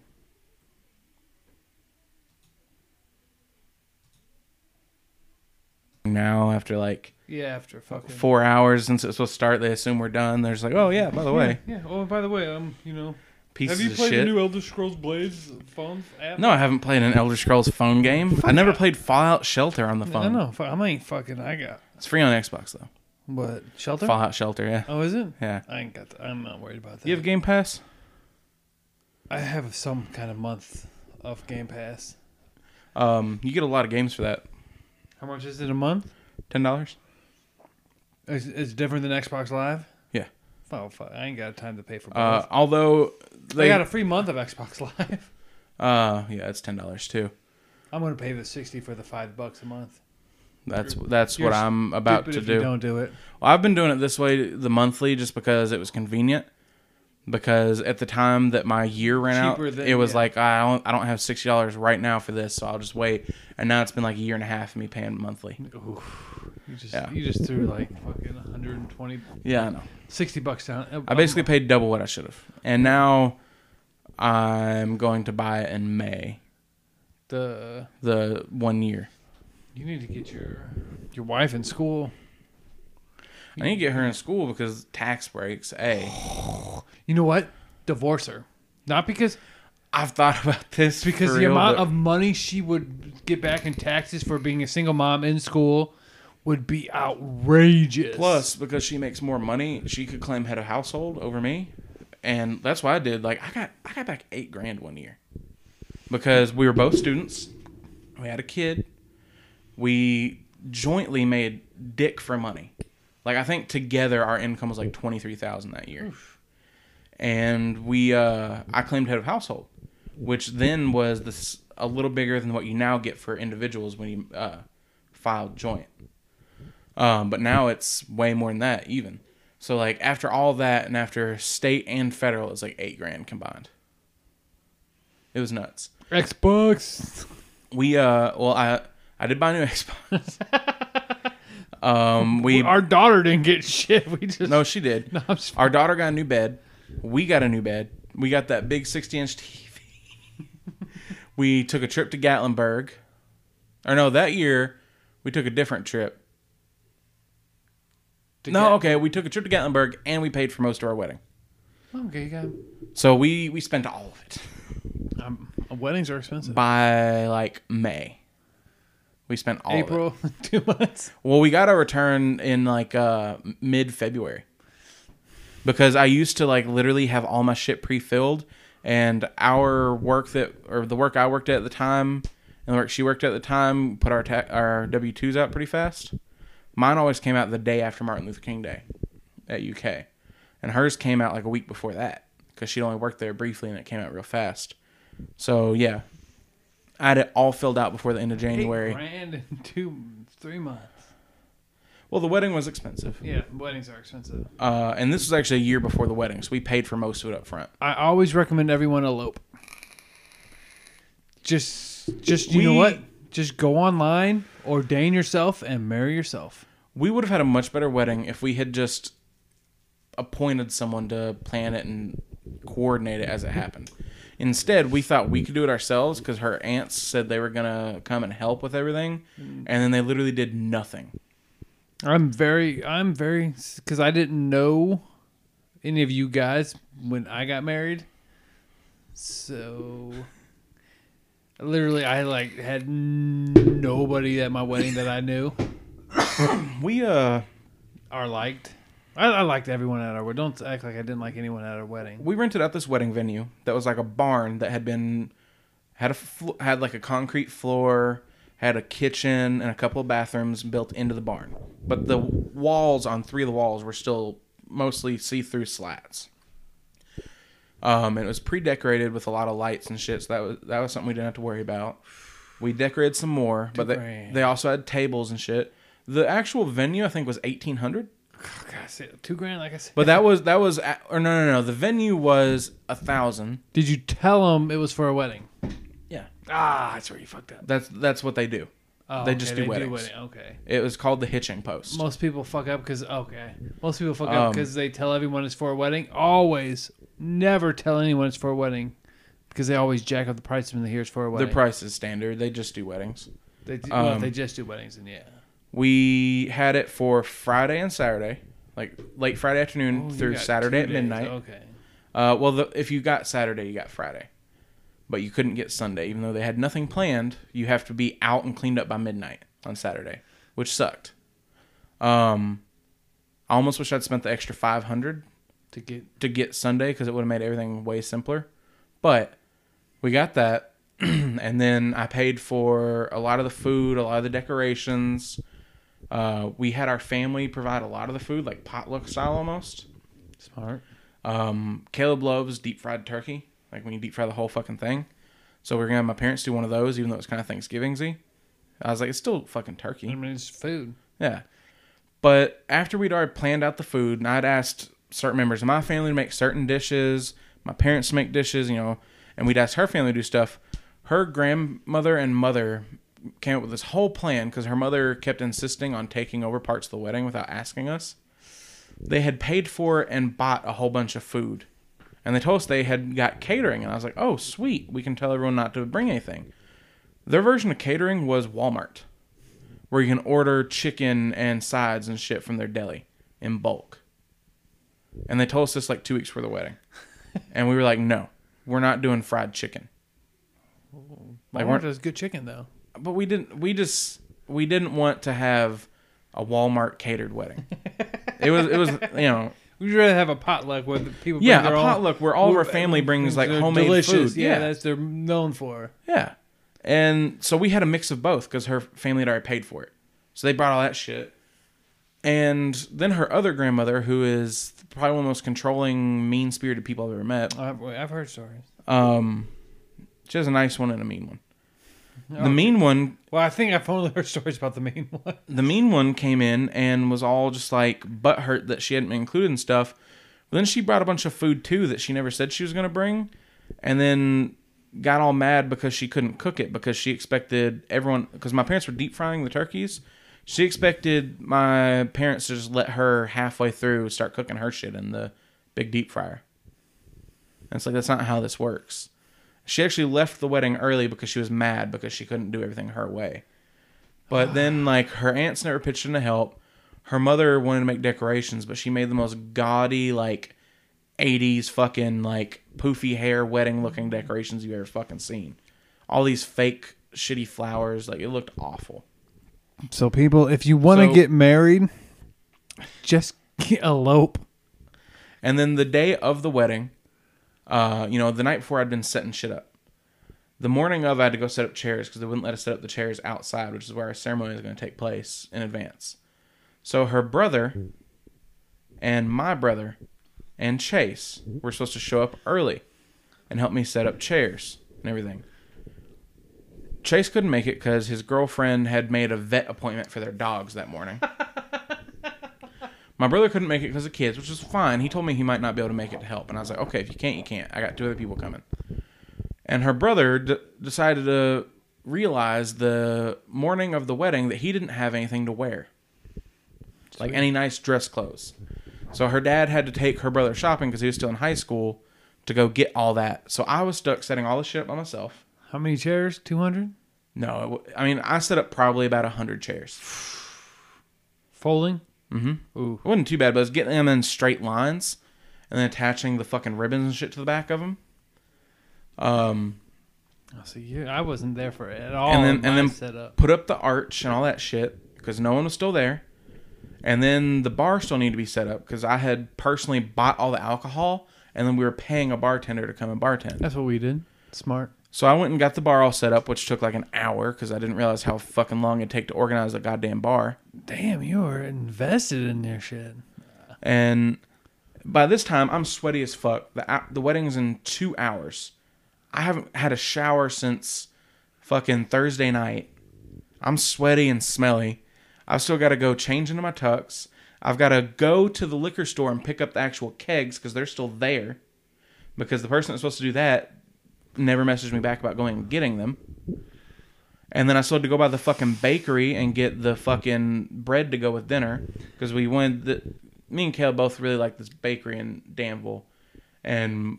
Now after like
Yeah, after fucking.
four hours since it's supposed to start, they assume we're done. They're just like, oh yeah, by the way,
Yeah. Oh, by the way, um, you know,
pieces
have you
of
played
shit.
the new Elder Scrolls Blades phone app?
no, I haven't played an Elder Scrolls phone game. I never played Fallout Shelter on the phone.
I know. fu- I ain't fucking. I got
It's free on Xbox though.
what shelter?
Fallout Shelter, yeah,
Oh, is it?
yeah.
I ain't got. That. I'm not worried about that.
You have Game Pass?
I have some kind of month of Game Pass.
Um, you get a lot of games for that.
How much is it a month?
Ten dollars.
It's, it's different than Xbox Live.
Yeah.
Oh fuck! I ain't got time to pay for both.
Uh, although
they
they,
got a free month of Xbox [laughs] Live.
uh, yeah, it's ten dollars too.
I'm gonna pay the sixty for the five bucks a month.
That's that's
You're
what I'm about
Stupid
to
if you
do. Well,
don't do it.
I've been doing it this way, the monthly, just because it was convenient. Because at the time that my year ran
Cheaper
out,
than-
it was
yeah.
like I don't, I don't have sixty dollars right now for this, so I'll just wait. And now it's been like a year and a half of me paying monthly.
You just
Yeah.
you just threw like fucking 120,
Yeah, I know.
60 bucks down. Uh,
I basically paid double what I should have, and now I'm going to buy it in May,
the
the one year.
you need to get your your wife in school.
I need to get her in school because tax breaks. A.
You know what? Divorce her. Not because
I've thought [laughs] about this
because
for
the
real,
amount
but
of money she would get back in taxes for being a single mom in school would be outrageous.
plus because she makes more money, she could claim head of household over me, and that's why I did. Like I got I got back eight grand one year because we were both students, we had a kid, we jointly made dick for money. Like I think together our income was like twenty three thousand that year, and we uh, I claimed head of household, which then was this a little bigger than what you now get for individuals when you uh, file joint. Um, but now it's way more than that even. So like after all that and after state and federal, it's like eight grand combined. It was nuts.
Xbox.
We uh well I I did buy a new Xbox. um we
Our daughter didn't get shit. We just
no she
[laughs]
did.
No, I'm just-
Our daughter got a new bed. We got a new bed. we got that big 60 inch TV. [laughs] we took a trip to Gatlinburg. Or no, that year we took a different trip.
To
no, okay, we took a trip to Gatlinburg and we paid for most of our wedding.
get- okay, you got
So we we spent all of it
um, weddings are expensive.
by like May. We spent all of it.
April, [laughs] two months.
Well, we got our return in like uh mid February. Because I used to like literally have all my shit pre-filled and our work that or the work I worked at at the time and the work she worked at the time put our ta- our W2s out pretty fast. Mine always came out the day after Martin Luther King Day at UK. And hers came out like a week before that cuz she'd only worked there briefly and it came out real fast. So, yeah. I had it all filled out before the end of [laughs] January.
Eight grand in two, three months.
Well, the wedding was expensive.
Yeah, weddings are expensive.
Uh, and this was actually a year before the wedding, so we paid for most of it up front.
I always recommend everyone elope. Just, just you know
We-
what? Just go online, ordain yourself, and marry yourself.
We would have had a much better wedding if we had just appointed someone to plan it and coordinate it as it happened. Instead, we thought we could do it ourselves because her aunts said they were gonna come and help with everything, and then they literally did nothing.
I'm very, I'm very, because I didn't know any of you guys when I got married. So, literally, I like had n- nobody at my wedding that I knew
We uh,
or liked. I, I liked everyone at our wedding. Don't act like I didn't like anyone at our wedding.
we rented out this wedding venue that was like a barn that had been had a flo- had like a concrete floor, had a kitchen and a couple of bathrooms built into the barn. But the walls on three of the walls were still mostly see-through slats. Um, and it was pre-decorated with a lot of lights and shit, so that was that was something we didn't have to worry about. We decorated some more, but they,
Decorate.
they also had tables and shit. The actual venue I think was 1800.
Oh, God, I said two grand, like I said.
But that was that was at, or no no no the venue was a thousand.
Did you tell them it was for a wedding?
Yeah.
Ah, that's where you fucked up.
That's that's what they do.
Oh,
They just do weddings.
wedding- Okay.
It was called the hitching post.
Most people fuck up because okay. Most people fuck
Um,
up because they tell everyone it's for a wedding. Always, never tell anyone it's for a wedding because they always jack up the price when they hear it's for a
Their
wedding.
price is standard. They just do weddings.
they, do- well,
um,
if they just do weddings, and yeah,
We had it for Friday and Saturday, like late Friday afternoon
Oh, you
through
got
Saturday
two
at
days.
midnight.
Okay.
Uh, well, the, if you got Saturday, you got Friday, but you couldn't get Sunday, even though they had nothing planned. You have to be out and cleaned up by midnight on Saturday, which sucked. Um, I almost wish I'd spent the extra five hundred
To get
to get Sunday because it would have made everything way simpler. But we got that, [clears throat] and then I paid for a lot of the food, a lot of the decorations. Uh, we had our family provide a lot of the food, like potluck style almost.
smart.
Um, Caleb loves deep fried turkey, like when you deep fry the whole fucking thing. So we are gonna have my parents do one of those, even though it's kind of Thanksgivingsy. I was like, it's still fucking turkey.
I mean, it's food.
Yeah. But after we'd already planned out the food, and I'd asked certain members of my family to make certain dishes, my parents to make dishes, you know, and we'd asked her family to do stuff, her grandmother and mother came up with this whole plan because her mother kept insisting on taking over parts of the wedding without asking us. They had paid for and bought a whole bunch of food. And they told us they had got catering. And I was like, oh, sweet. We can tell everyone not to bring anything. Their version of catering was Walmart where you can order chicken and sides and shit from their deli in bulk. And they told us this like two weeks for the wedding. and we were like, no, we're not doing fried chicken. Like,
Like
weren't-
Walmart does good chicken though.
But we didn't, we just, we didn't want to have a Walmart catered wedding. it was, it was, you know,
We'd rather have a potluck where the people.
yeah,
bring their
a
own-
potluck where all of our family brings
things
like
that are
homemade
delicious.
food.
Yeah, that's they're known for.
Yeah. And so we had a mix of both because her family had already paid for it. So they brought all that shit. And then her other grandmother, who is probably one of the most controlling, mean spirited people I've ever met,
I've, I've heard stories.
um, she has a nice one and a mean one. The
Oh.
mean one
Well, I think I've only [laughs] heard stories about the main one.
the mean one came in and was all just like butthurt that she hadn't been included in stuff. But then she brought a bunch of food too that she never said she was going to bring, and then got all mad because she couldn't cook it because she expected everyone because my parents were deep frying the turkeys. She expected my parents to just let her halfway through start cooking her shit in the big deep fryer. And it's like that's not how this works. She actually left the wedding early because she was mad because she couldn't do everything her way. But then like her aunts never pitched in to help. Her mother wanted to make decorations, but she made the most gaudy like 80s fucking like poofy hair wedding looking decorations you've ever fucking seen. All these fake shitty flowers, like it looked awful.
So people, if you want to
So-
get married, just get- elope.
And then the day of the wedding, uh, you know, the night before I'd been setting shit up. The morning of, I had to go set up chairs because they wouldn't let us set up the chairs outside, which is where our ceremony is going to take place in advance. So her brother and my brother and Chase were supposed to show up early and help me set up chairs and everything. Chase couldn't make it because his girlfriend had made a vet appointment for their dogs that morning. My brother couldn't make it because of kids, which was fine. He told me he might not be able to make it to help, and I was like, okay, if you can't, you can't. I got two other people coming. And her brother d- decided to realize the morning of the wedding that he didn't have anything to wear, like any nice dress clothes. So her dad had to take her brother shopping because he was still in high school to go get all that. So I was stuck setting all this shit up by myself.
How many chairs? Two hundred
No, it w- I mean I set up probably about hundred chairs.
folding.
It wasn't too bad, but I was getting them in straight lines and then attaching the fucking ribbons and shit to the back of them. Um,
I see. Yeah, I wasn't there for it at all.
And then-
in my
and then-
Oh, setup.
put up the arch and all that shit because no one was still there. And then the bar still needed to be set up because I had personally bought all the alcohol and then we were paying a bartender to come and bartend.
That's what we did. Smart.
So I went and got the bar all set up, which took like an hour because I didn't realize how fucking long it'd take to organize a goddamn bar.
Damn, you were invested in their shit.
And by this time, I'm sweaty as fuck. The ou- the wedding's in two hours. I haven't had a shower since fucking Thursday night. I'm sweaty and smelly. I've still got to go change into my tux. I've got to go to the liquor store and pick up the actual kegs because they're still there. Because the person that's supposed to do that never messaged me back about going and getting them. And then I still had to go by the fucking bakery and get the fucking bread to go with dinner because we wanted the. Me and Kale both really like this bakery in Danville, and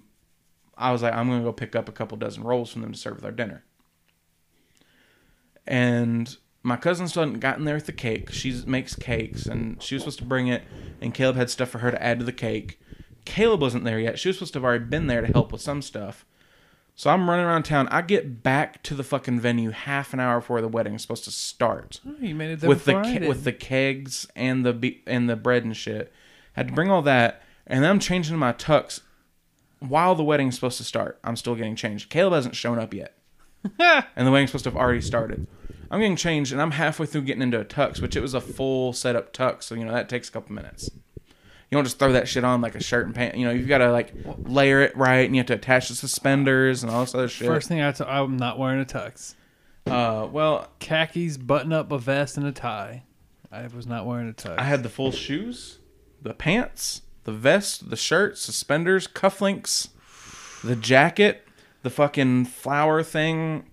I was like, I'm gonna go pick up a couple dozen rolls from them to serve with our dinner. And my cousin still hadn't gotten there with the cake. She makes cakes, and she was supposed to bring it. And Caleb had stuff for her to add to the cake. Caleb wasn't there yet. She was supposed to have already been there to help with some stuff. So I'm running around town. I get back to the fucking venue half an hour before the wedding's supposed to start
Oh, you made it there
with the
before I
ke-
did.
with the kegs and the be- and the bread and shit. Had to bring all that, and then I'm changing my tux while the wedding's supposed to start. I'm still getting changed. Caleb hasn't shown up yet, and the wedding's supposed to have already started. I'm getting changed, and I'm halfway through getting into a tux, which it was a full setup tux, so you know that takes a couple minutes. You don't just throw that shit on like a shirt and pants. You know you've got to like layer it right, and you have to attach the suspenders and all this other shit.
First thing I t- I'm not wearing a tux.
uh, well,
Khakis, button up, a vest, and a tie. I was not wearing a tux.
I had the full shoes, the pants, the vest, the shirt, suspenders, cufflinks, the jacket, the fucking flower thing.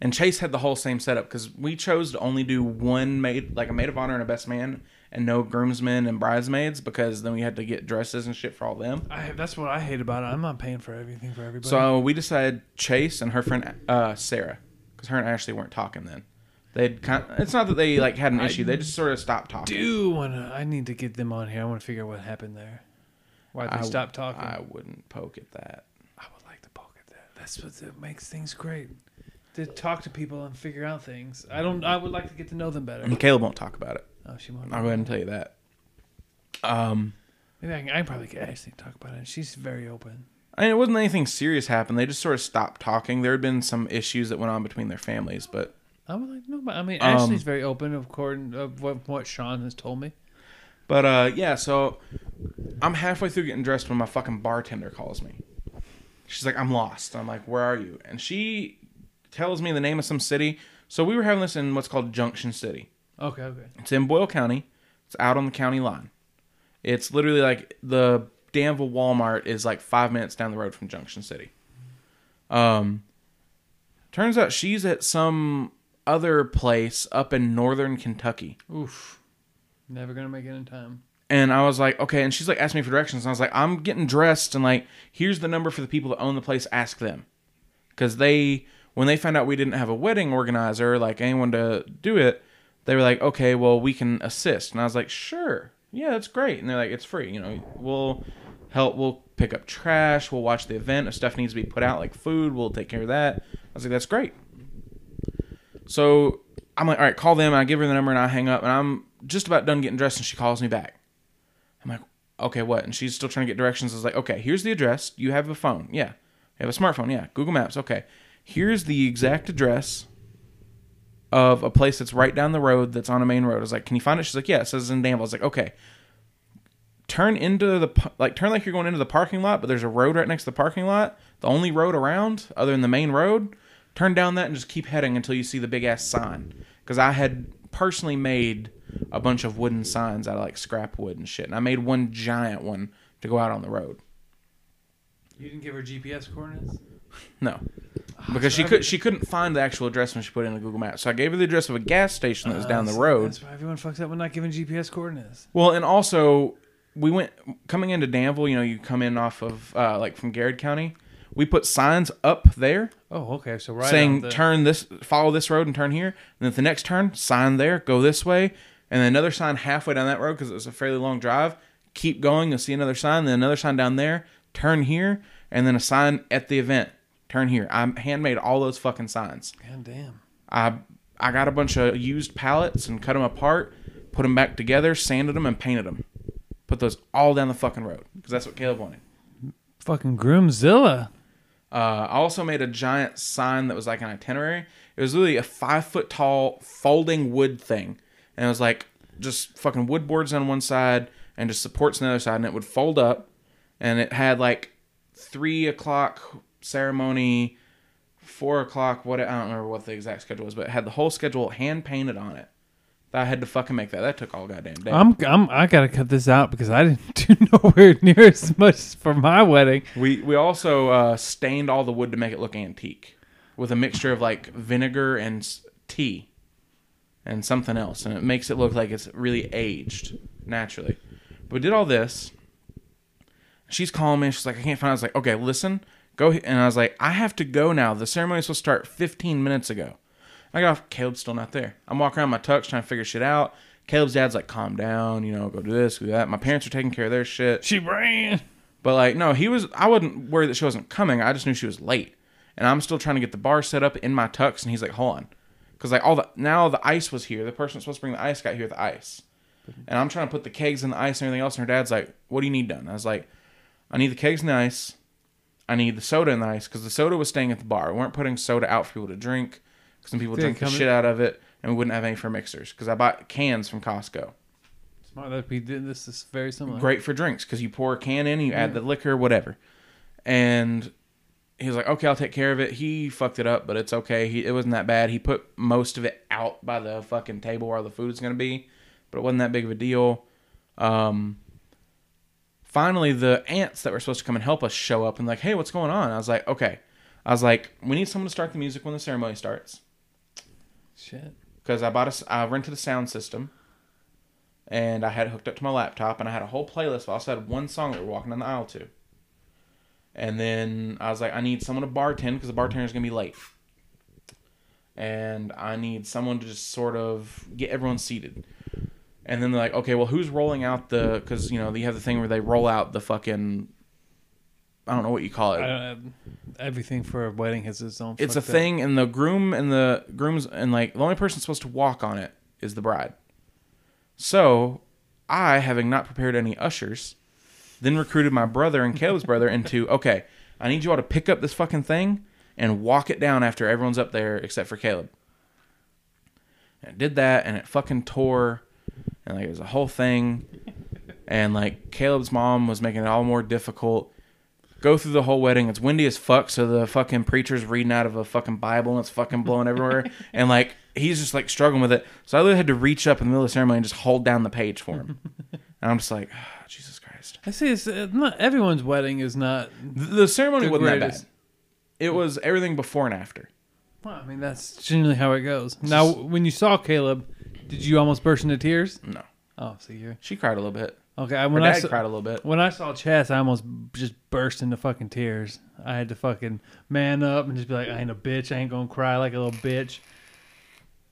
And Chase had the whole same setup because we chose to only do one maid, like a maid of honor and a best man, and no groomsmen and bridesmaids because then we had to get dresses and shit for all them.
I- that's what I hate about it. I'm not paying for everything for everybody.
So we decided Chase and her friend uh, Sarah, because her and Ashley weren't talking then. They'd kind. It's not that they like had an issue. They just sort of stopped talking.
do want to. I need to get them on here. I want to figure out what happened there. Why they
I-
stopped talking?
I wouldn't poke at that.
I would like to poke at that. That's what that makes things great. To talk to people and figure out things. I don't. I would like to get to know them better.
And Caleb won't talk about it.
Oh, she won't.
I'll go ahead and tell you that. Um,
Maybe I can. I can probably get Ashley to talk about it. She's very open.
I mean, it wasn't anything serious happened. They just sort of stopped talking. There had been some issues that went on between their families, but
I would like to know. About, I mean,
Um,
Ashley's very open, of course, of what, what Sean has told me.
but uh, yeah. So I'm halfway through getting dressed when my fucking bartender calls me. She's like, "I'm lost." I'm like, "Where are you?" And she tells me the name of some city. So we were having this in what's called Junction City.
Okay, okay.
It's in Boyle County. It's out on the county line. It's literally like the Danville Walmart is like five minutes down the road from Junction City. Um, turns out she's at some other place up in northern Kentucky.
Oof. Never gonna make it in time.
And I was like, okay. And she's like, asked me for directions. And I was like, I'm getting dressed, and like, here's the number for the people that own the place. Ask them, because they, when they found out we didn't have a wedding organizer, like anyone to do it, they were like, okay, well, we can assist. And I was like, sure, yeah, that's great. And they're like, it's free. You know, we'll help. We'll pick up trash. We'll watch the event. If stuff needs to be put out, like food, we'll take care of that. I was like, that's great. So I'm like, all right, call them. I give her the number and I hang up. And I'm just about done getting dressed and she calls me back. I'm like, okay, what? And she's still trying to get directions. I was like, okay, here's the address. You have a phone. Yeah. You have a smartphone. Yeah. Google Maps. Okay. Here's the exact address of a place that's right down the road that's on a main road. I was like, can you find it? She's like, yeah, it says in Danville. I was like, okay. Turn into the, p- like, turn like you're going into the parking lot, but there's a road right next to the parking lot. The only road around, other than the main road. Turn down that and just keep heading until you see the big ass sign. Because I had personally made a bunch of wooden signs out of like scrap wood and shit. And I made one giant one to go out on the road.
You didn't give her GPS coordinates?
No. Because she could she couldn't find the actual address when she put it in the Google Maps. So I gave her the address of a gas station that was down the road.
That's why everyone fucks up with not giving GPS coordinates.
Well, and also we went coming into Danville. You know, you come in off of uh, like from Garrett County. We put signs up there
Oh, okay. So right
saying
on the,
turn this, follow this road and turn here. And then at the next turn, sign there, go this way, and then another sign halfway down that road because it was a fairly long drive. Keep going, you'll see another sign, then another sign down there. Turn here, and then a sign at the event. Turn here. I handmade all those fucking signs.
God damn.
I I got a bunch of used pallets and cut them apart, put them back together, sanded them, and painted them. Put those all down the fucking road because that's what Caleb wanted.
Fucking Groomzilla.
Uh, I also made a giant sign that was like an itinerary. It was literally a five foot tall folding wood thing, and it was like just fucking wood boards on one side and just supports on the other side, and it would fold up, and it had like three o'clock ceremony, four o'clock. What I don't remember what the exact schedule was, but it had the whole schedule hand painted on it. I had to fucking make that. That took all goddamn day.
I'm, I'm, I gotta cut this out because I didn't [laughs] do nowhere near as much for my wedding.
We we also uh, stained all the wood to make it look antique, with a mixture of like vinegar and s- tea, and something else, and it makes it look like it's really aged naturally. But we did all this. She's calling me. She's like, I can't find. It. I was like, okay, listen, go. he-" And I was like, I have to go now. The ceremony's supposed to start 15 minutes ago. I got off. Caleb's still not there. I'm walking around my tux trying to figure shit out. Caleb's dad's like, calm down, you know, go do this, do that. My parents are taking care of their shit.
She ran.
But like, no, he was. I wasn't worried that she wasn't coming. I just knew she was late, and I'm still trying to get the bar set up in my tux. And he's like, "Hold on," because like all the now the ice was here. The person that's supposed to bring the ice got here with the ice, and I'm trying to put the kegs in the ice and everything else. And her dad's like, "What do you need done?" I was like, "I need the kegs in the ice. I need the soda in the ice because the soda was staying at the bar. We weren't putting soda out for people to drink because some people
Did it
drink the
come in-
shit out of it, and we wouldn't have any for mixers because I bought cans from Costco."
Smart that we did this is very similar.
great for drinks because you pour a can in, you add the liquor, whatever. And he was like, "Okay, I'll take care of it." He fucked it up, but it's okay. He, it wasn't that bad. He put most of it out by the fucking table where all the food is gonna be, but it wasn't that big of a deal. Um, finally, the ants that were supposed to come and help us show up and like, "Hey, what's going on?" I was like, "Okay." I was like, "We need someone to start the music when the ceremony starts."
Shit.
because I bought a s I rented a sound system, and I had it hooked up to my laptop, and I had a whole playlist. But I also had one song that we're walking down the aisle to. And then I was like, I need someone to bartend because the bartender's gonna be late, and I need someone to just sort of get everyone seated. And then they're like, okay, well, who's rolling out the? Because you know you have the thing where they roll out the fucking, I don't know what you call it
I don't have, everything for a wedding has its own.
it's a
fucked up-
thing and the groom and the groom's and like the only person supposed to walk on it is the bride so i having not prepared any ushers then recruited my brother and caleb's brother [laughs] into okay i need you all to pick up this fucking thing and walk it down after everyone's up there except for caleb and it did that and it fucking tore and like it was a whole thing and like caleb's mom was making it all more difficult go through the whole wedding. It's windy as fuck, so the fucking preacher's reading out of a fucking Bible and it's fucking
[laughs]
blowing everywhere. and like he's just like struggling with it. So I literally had to reach up in the middle of the ceremony and just hold down the page for
[laughs]
him. and I'm just like, "Ah, Jesus Christ.
I see. It's uh, not everyone's wedding is not.
The, the ceremony
The
wasn't
greatest.
that bad. It was everything before and after.
Well, I mean, that's generally how it goes. Now, when you saw Caleb, did you almost burst into tears?
No.
Oh, so you're.
She cried a little bit.
Okay, I-
Her
when I
dad
saw,
cried a little bit.
when I saw Chess, I almost just burst into fucking tears. I had to fucking man up and just be like, I ain't a bitch. I ain't gonna cry like a little bitch.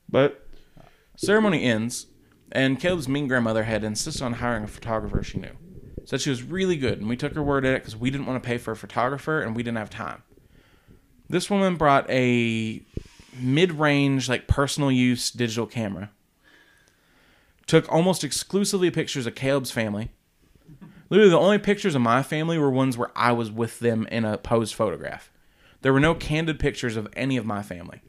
But
Ceremony ends, and Caleb's mean grandmother had insisted on hiring a photographer she knew. Said she was really good, and we took her word at it because we didn't want to pay for a photographer and we didn't have time. This woman brought a mid range, like personal use digital camera, took almost exclusively pictures of Caleb's family. Literally, the only pictures of my family were ones where I was with them in a posed photograph. There were no candid pictures of any of my family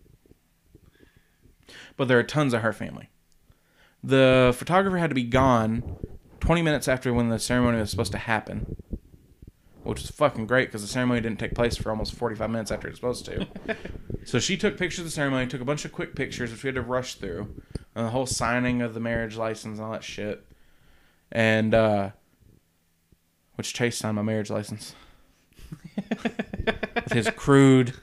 but there are tons of her family. The photographer had to be gone 20 minutes after when the ceremony was supposed to happen, which was fucking great because the ceremony didn't take place for almost 45 minutes after it was supposed to. so she took pictures of the ceremony, took a bunch of quick pictures, which we had to rush through, and the whole signing of the marriage license and all that shit. And, uh, which Chase signed my marriage license. With his crude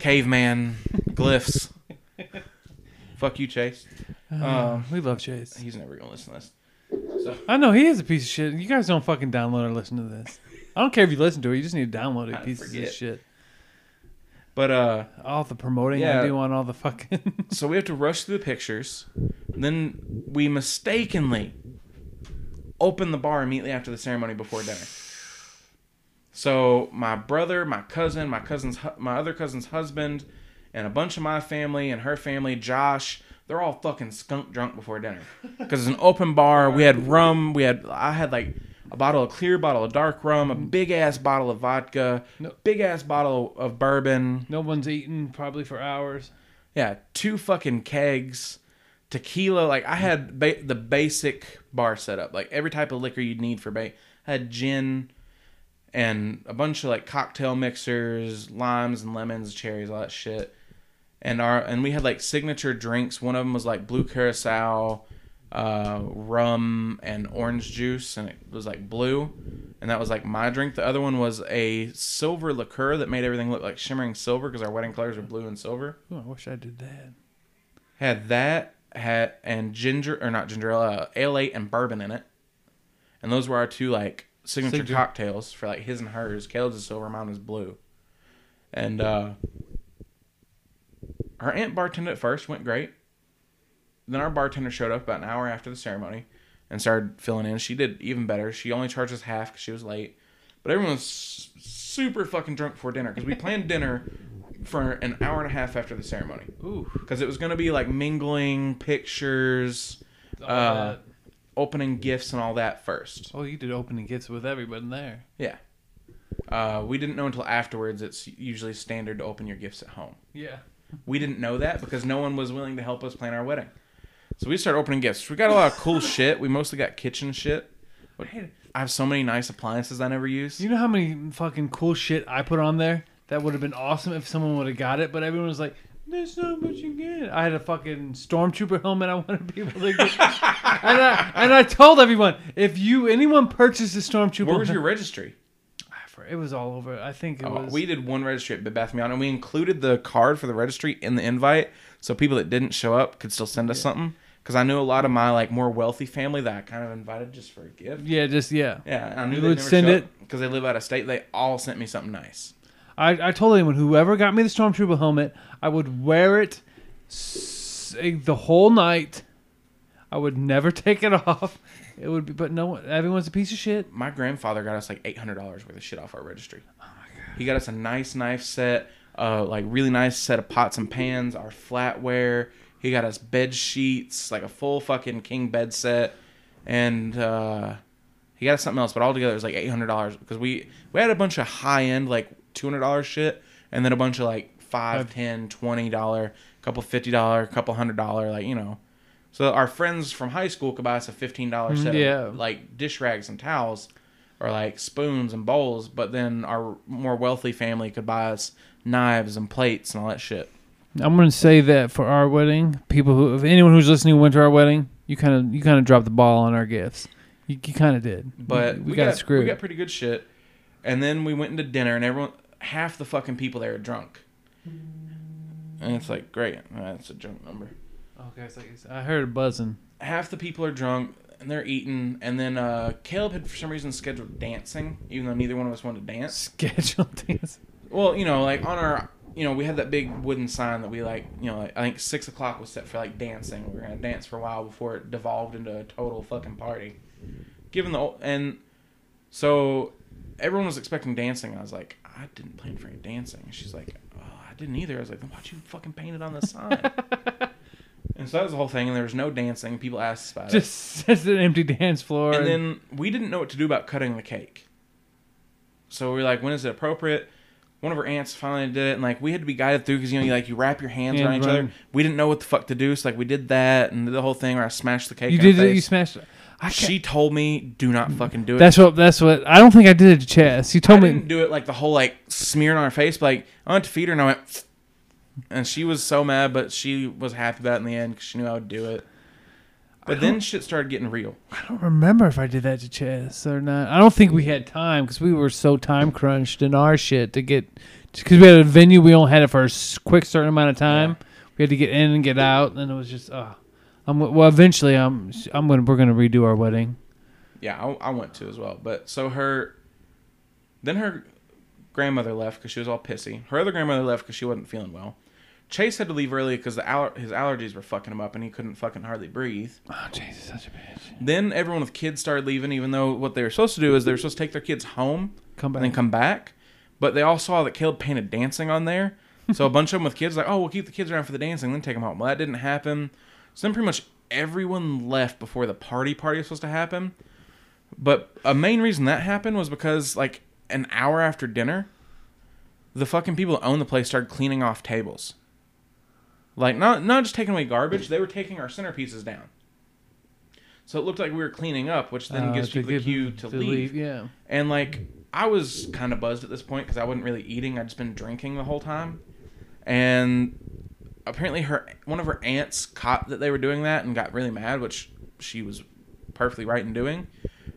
caveman glyphs. Fuck you, Chase. Um,
We love Chase.
he's never gonna listen to this.
I know he is a piece of shit. You guys don't fucking download or listen to this. I don't care if you listen to it. You just need to download
I
it. Pieces
forget.
of shit.
But uh,
All the promoting
Yeah.
I do on all the fucking. [laughs]
so we have to rush through the pictures. Then we mistakenly open the bar immediately after the ceremony before dinner. So my brother, my cousin, my cousin's, hu- my other cousin's husband, and a bunch of my family and her family, Josh, they're all fucking skunk drunk before dinner because it's an open bar. We had rum. We had I had like a bottle of clear, bottle of dark rum, a big ass bottle of vodka, big ass bottle of bourbon.
no one's eaten probably for hours.
Yeah, two fucking kegs, tequila. Like I had ba- the basic bar setup, like every type of liquor you'd need for bait. I had gin and a bunch of like cocktail mixers, limes and lemons, cherries, all that shit. And our and we had like signature drinks. One of them was like blue curacao, uh, rum and orange juice, and it was like blue. And that was like my drink. The other one was a silver liqueur that made everything look like shimmering silver because our wedding colors were blue and silver
Ooh, I wish I did that.
had that had and ginger or not ginger ale, uh, ale eight and bourbon in it, and those were our two like signature
Signature.
cocktails for like his and hers. Caleb's is silver, mine is blue, and uh, our aunt bartended at first went great. Then our bartender showed up about an hour after the ceremony and started filling in. She did even better. She only charged us half because she was late. But everyone was s- super fucking drunk before dinner because we planned dinner for an hour and a half after the ceremony
Ooh.
because it was going to be like mingling pictures
all
uh,
that.
opening gifts and all that first
Oh, you did opening gifts with everybody there.
yeah uh, we didn't know until afterwards it's usually standard to open your gifts at home
Yeah.
we didn't know that because no one was willing to help us plan our wedding so we started opening gifts we got a lot
[laughs]
of cool shit we mostly got kitchen shit But i have so many nice appliances i never use
You know how many fucking cool shit I put on there? That would have been awesome if someone would have got it, but everyone was like, "There's not much you get." I had a fucking stormtrooper helmet. I [laughs] wanted to be able to get, and I and I told everyone, if you anyone purchases stormtrooper,
where was your registry
I for- [laughs] It was all over. I think it
Oh,
was.
we did one registry at Bed Bath & Beyond, and we included the card for the registry in the invite, so people that didn't show up could still send us something. Because I knew a lot of my like more wealthy family that I kind of invited just for a gift.
yeah, just yeah.
Yeah, and I knew
You
they
would
never
send
send it because they live out of state. They all sent me something nice.
I, I told anyone whoever got me the stormtrooper helmet, I would wear it s- eh, the whole night. I would never [laughs] take it off. It would be, but no one. Everyone's a piece of shit.
My grandfather got us like eight hundred dollars worth of shit off our registry. Oh my god! He got us a nice knife set, uh, like really nice set of pots and pans, our flatware. He got us bed sheets, like a full fucking king bed set, and uh, he got us something else. But altogether, it was like eight hundred dollars because we we had a bunch of high end like two hundred dollars shit, and then a bunch of like five, ten, twenty dollar, couple fifty dollar, couple hundred dollar, like you know. So our friends from high school could buy us a fifteen dollar set
yeah.
of like dish rags and towels, or like spoons and bowls. But then our more wealthy family could buy us knives and plates and all that shit.
I'm gonna say that for our wedding, people who, if anyone who's listening went to our wedding, you kind of, you kind of dropped the ball on our gifts. You, you kind of did,
But
we, got, screwed.
We got pretty good shit. And then we went into dinner, and everyone, half the fucking people there are drunk. And it's Uh, like, great, that's a drunk number.
[laughs] okay, so I heard buzzing.
half the people are drunk. and they're eating. And then uh, Caleb had for some reason scheduled dancing, even though neither one of us wanted to dance.
Scheduled dance.
Well, you know, like on our, you know, we had that big wooden sign that we like, you know, like I think six o'clock was set for like dancing. We were gonna dance for a while before it devolved into a total fucking party. Given the ol- and so everyone was expecting dancing. I was like, I didn't plan for any dancing. And she's like, oh, I didn't either. I was like, then why'd you fucking paint it on the sign? and so that was the whole thing. And there was no dancing. People asked about it.
Just it's an empty dance floor.
And then we didn't know what to do about cutting the cake. So we were like, when is it appropriate? One of her aunts finally did it, and like we had to be guided through because you know, you like you wrap your hands
Hand
around each
run.
other. We didn't know what the fuck to do, so like we did that and did the whole thing where I smashed the cake.
you
in her
did it. You
face.
smashed it. I can't-
She told me, "Do not fucking do it."
That's what. That's what. I don't think I did it to Chess. You
I
told me.
didn't do it like the whole like smearing on her face, but like I went to feed her and I went, and she was so mad, but she was happy about it in the end because she knew I would do it. But then shit started getting real.
I don't remember if I did that to Chess or not. I don't think we had time because we were so time crunched in our shit to get. Because we had a venue, we only had it for a s- quick certain amount of time. We had to get in and get out, and it was just. Uh, I'm, well, eventually, I'm. I'm gonna. We're gonna redo our wedding.
Yeah, I, I went to as well. But so her, then her grandmother left because she was all pissy. Her other grandmother left because she wasn't feeling well. Chase had to leave early because the aller- his allergies were fucking him up and he couldn't fucking hardly breathe.
Oh, Jesus, such a bitch.
Then everyone with kids started leaving, even though what they were supposed to do is they were supposed to take their kids home
Come back.
and then come back. But they all saw that Caleb painted dancing
[laughs]
on there. So a bunch of them with kids like, oh, we'll keep the kids around for the dancing, then take them home. Well, that didn't happen. So then pretty much everyone left before the party party was supposed to happen. But a main reason that happened was because like an hour after dinner, the fucking people that own the place started cleaning off tables. Like not not just taking away garbage, they were taking our centerpieces down. So it looked like we were cleaning up, which then
Uh,
gives
to
people the
give-
cue to, leave.
Yeah.
And like I was kind of buzzed at this point because I wasn't really eating. I'd just been drinking the whole time, and apparently her one of her aunts caught that they were doing that and got really mad, which she was perfectly right in doing,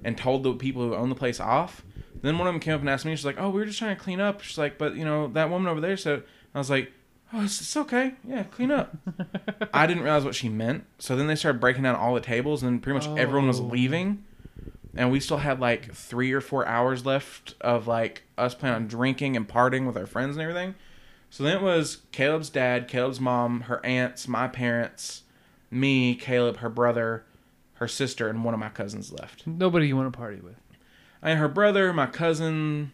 and told the people who owned the place off. Then one of them came up and asked me. She's like, "Oh, we were just trying to clean up." She's like, "But you know that woman over there said." I was like, "Oh, it's, it's okay. Yeah, clean up." I didn't realize what she meant. So then they started breaking down all the tables, and pretty much everyone was
Oh.
leaving and we still had like three or four hours left of like us planning on drinking and partying with our friends and everything. So then it was Caleb's dad, Caleb's mom, her aunts, my parents, me, Caleb, her brother, her sister, and one of my cousins left.
Nobody you want to party with.
And her brother, my cousin.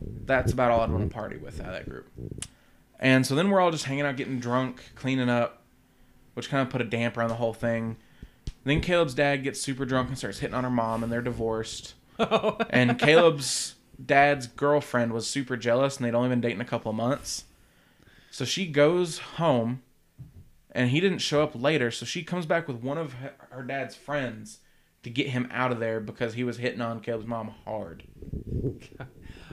That's about all I'd want to party with out of that group. And so then we're all just hanging out, getting drunk, cleaning up, which kind of put a damper on the whole thing. Then Caleb's dad gets super drunk and starts hitting on her mom, and they're divorced. and Caleb's dad's girlfriend was super jealous, and they'd only been dating a couple of months. So she goes home, and he didn't show up later. So she comes back with one of her, her dad's friends to get him out of there because he was hitting on Caleb's mom hard.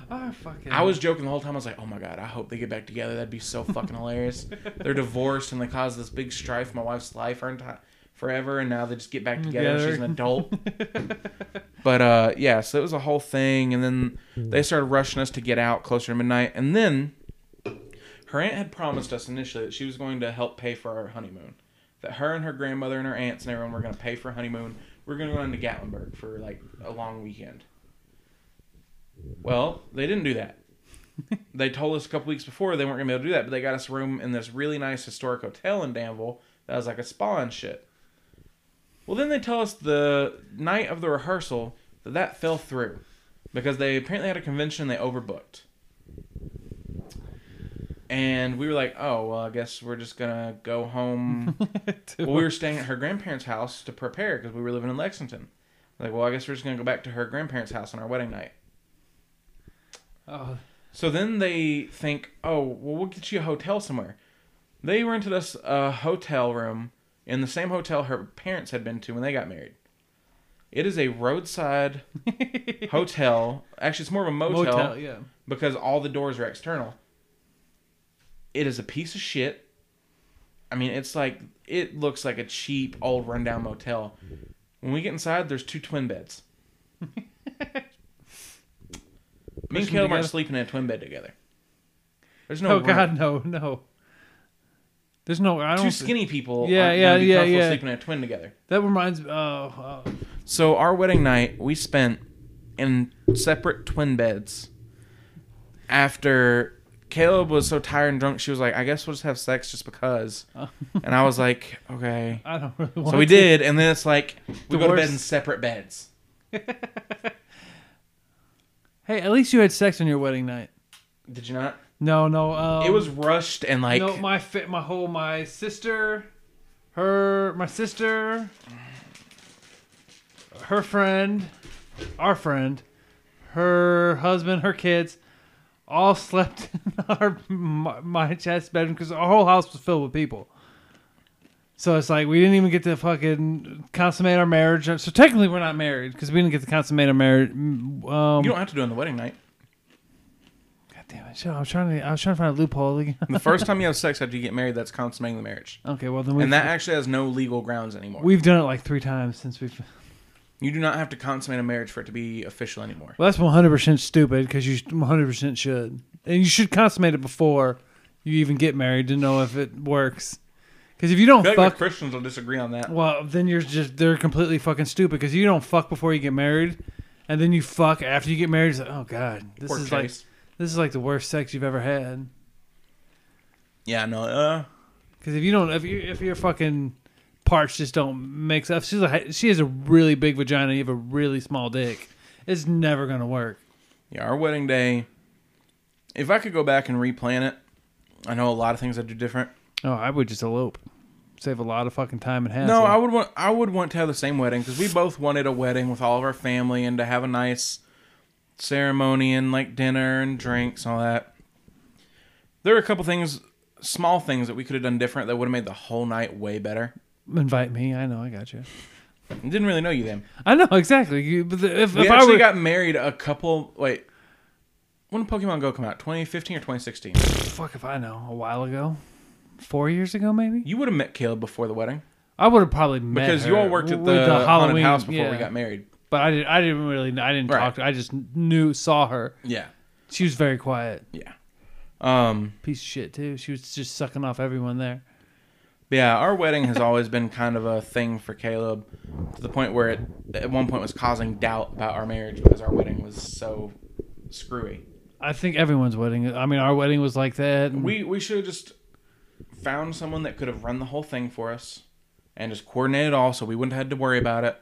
Oh fucking.
I was joking the whole time. I was like, "Oh my god, I hope they get back together. That'd be so fucking hilarious." They're divorced and they caused this big strife. in My wife's life her enti- forever, and now they just get back together. and She's an adult. but uh, yeah, so it was a whole thing, and then they started rushing us to get out closer to midnight, and then her aunt had promised us initially that she was going to help pay for our honeymoon. That her and her grandmother and her aunts and everyone were going to pay for honeymoon. We are going to go into Gatlinburg for like a long weekend. Well, they didn't do that they told us a couple weeks before they weren't gonna be able to do that, but they got us a room in this really nice historic hotel in Danville that was like a spa and shit. Well, then they tell us the night of the rehearsal that that fell through because they apparently had a convention and they overbooked. And we were like, oh well, I guess we're just gonna go home.
[laughs] To-
well, we were staying at her grandparents' house to prepare because we were living in Lexington. Like, well, I guess we're just gonna go back to her grandparents' house on our wedding night.
Oh,
So then they think, oh, well, we'll get you a hotel somewhere. They rented us a hotel room in the same hotel her parents had been to when they got married. It is a roadside
[laughs]
hotel. Actually, it's more of a motel,
motel. Yeah.
because all the doors are external. It is a piece of shit. I mean, it's like, it looks like a cheap, old, rundown motel. When we get inside, there's two twin beds.
[laughs]
Me
Push 'em
and Caleb
together.
aren't sleeping in a twin bed together. There's no.
Oh
room.
God, no, no. There's no. I don't.
Two
thi-
skinny people.
Yeah,
aren't
yeah,
gonna be
yeah,
comfortable
yeah.
Sleeping in a twin together.
That reminds. Oh, oh,
So our wedding night, we spent in separate twin beds. After Caleb was so tired and drunk, she was like, "I guess we'll just have sex just because."
Oh.
[laughs] and I was like,
[laughs]
"Okay."
I don't really want.
So we
to.
did, and then it's like we
The
go to bed
worst-
in separate beds.
Hey, at least you had sex on your wedding night.
Did you not?
No, no. Um,
it was rushed and like
no. My fit. My whole. My sister. Her. My sister. Her friend. Our friend. Her husband. Her kids. All [laughs] slept in our my, my chest bedroom because our whole house was filled with people. So it's like we didn't even get to fucking consummate our marriage. So technically, we're not married because we didn't get to consummate our marriage. Um,
you don't have to do it on the wedding night.
God damn it! Shit, I was trying to. I was trying to find a loophole. again. [laughs]
The first time you have sex after you get married, that's consummating the marriage,
okay, well then [laughs] we.
and that actually has no legal grounds anymore.
We've done it like three times since we've.
you do not have to consummate a marriage for it to be official anymore.
Well, that's one hundred percent stupid because you one hundred percent should, and you should consummate it before you even get married to know if it works. Because if you don't
I feel like
fuck,
the Christians will disagree on that.
well, then you're just they're completely fucking stupid because you don't fuck before you get married, and then you fuck after you get married. It's like, oh god, this
Poor
is like
Chase.
this is like the worst sex you've ever had.
yeah, no, uh,
Because if you don't, if you if your fucking parts just don't mix up, she's like she has a really big vagina. You have a really small dick. It's never gonna work.
yeah, our wedding day. If I could go back and replan it, I know a lot of things I'd do different.
Oh, I would just elope, save a lot of fucking time and hassle.
No, I would want I would want to have the same wedding because we both wanted a wedding with all of our family and to have a nice ceremony and like dinner and drinks and all that. There are a couple things, small things that we could have done different that would have made the whole night way better.
invite me. I know, I got you.
I didn't really know you then.
I know [laughs] exactly. You, but the, if,
We
if I
actually
were,
got married a couple. Wait, when did Pokemon Go come out? 2015 or 2016?
fuck if I know, a while ago, four years ago maybe,
You would have met Caleb before the wedding
I would have probably met
because
her
you all worked at
with
the, haunted
Halloween
house before we
yeah.
got married.
But I didn't. I didn't really. I didn't
Right.
talk. to I just knew, saw her.
Yeah,
She was very quiet.
yeah. Um,
Piece of shit too. She was just sucking off everyone there.
Yeah, our wedding has always been kind of a thing for Caleb to the point where it at one point was causing doubt about our marriage because our wedding was so screwy.
I think everyone's wedding. I mean, our wedding was like that. and-
We we should have just found someone that could have run the whole thing for us and just coordinated it all so we wouldn't have had to worry about it.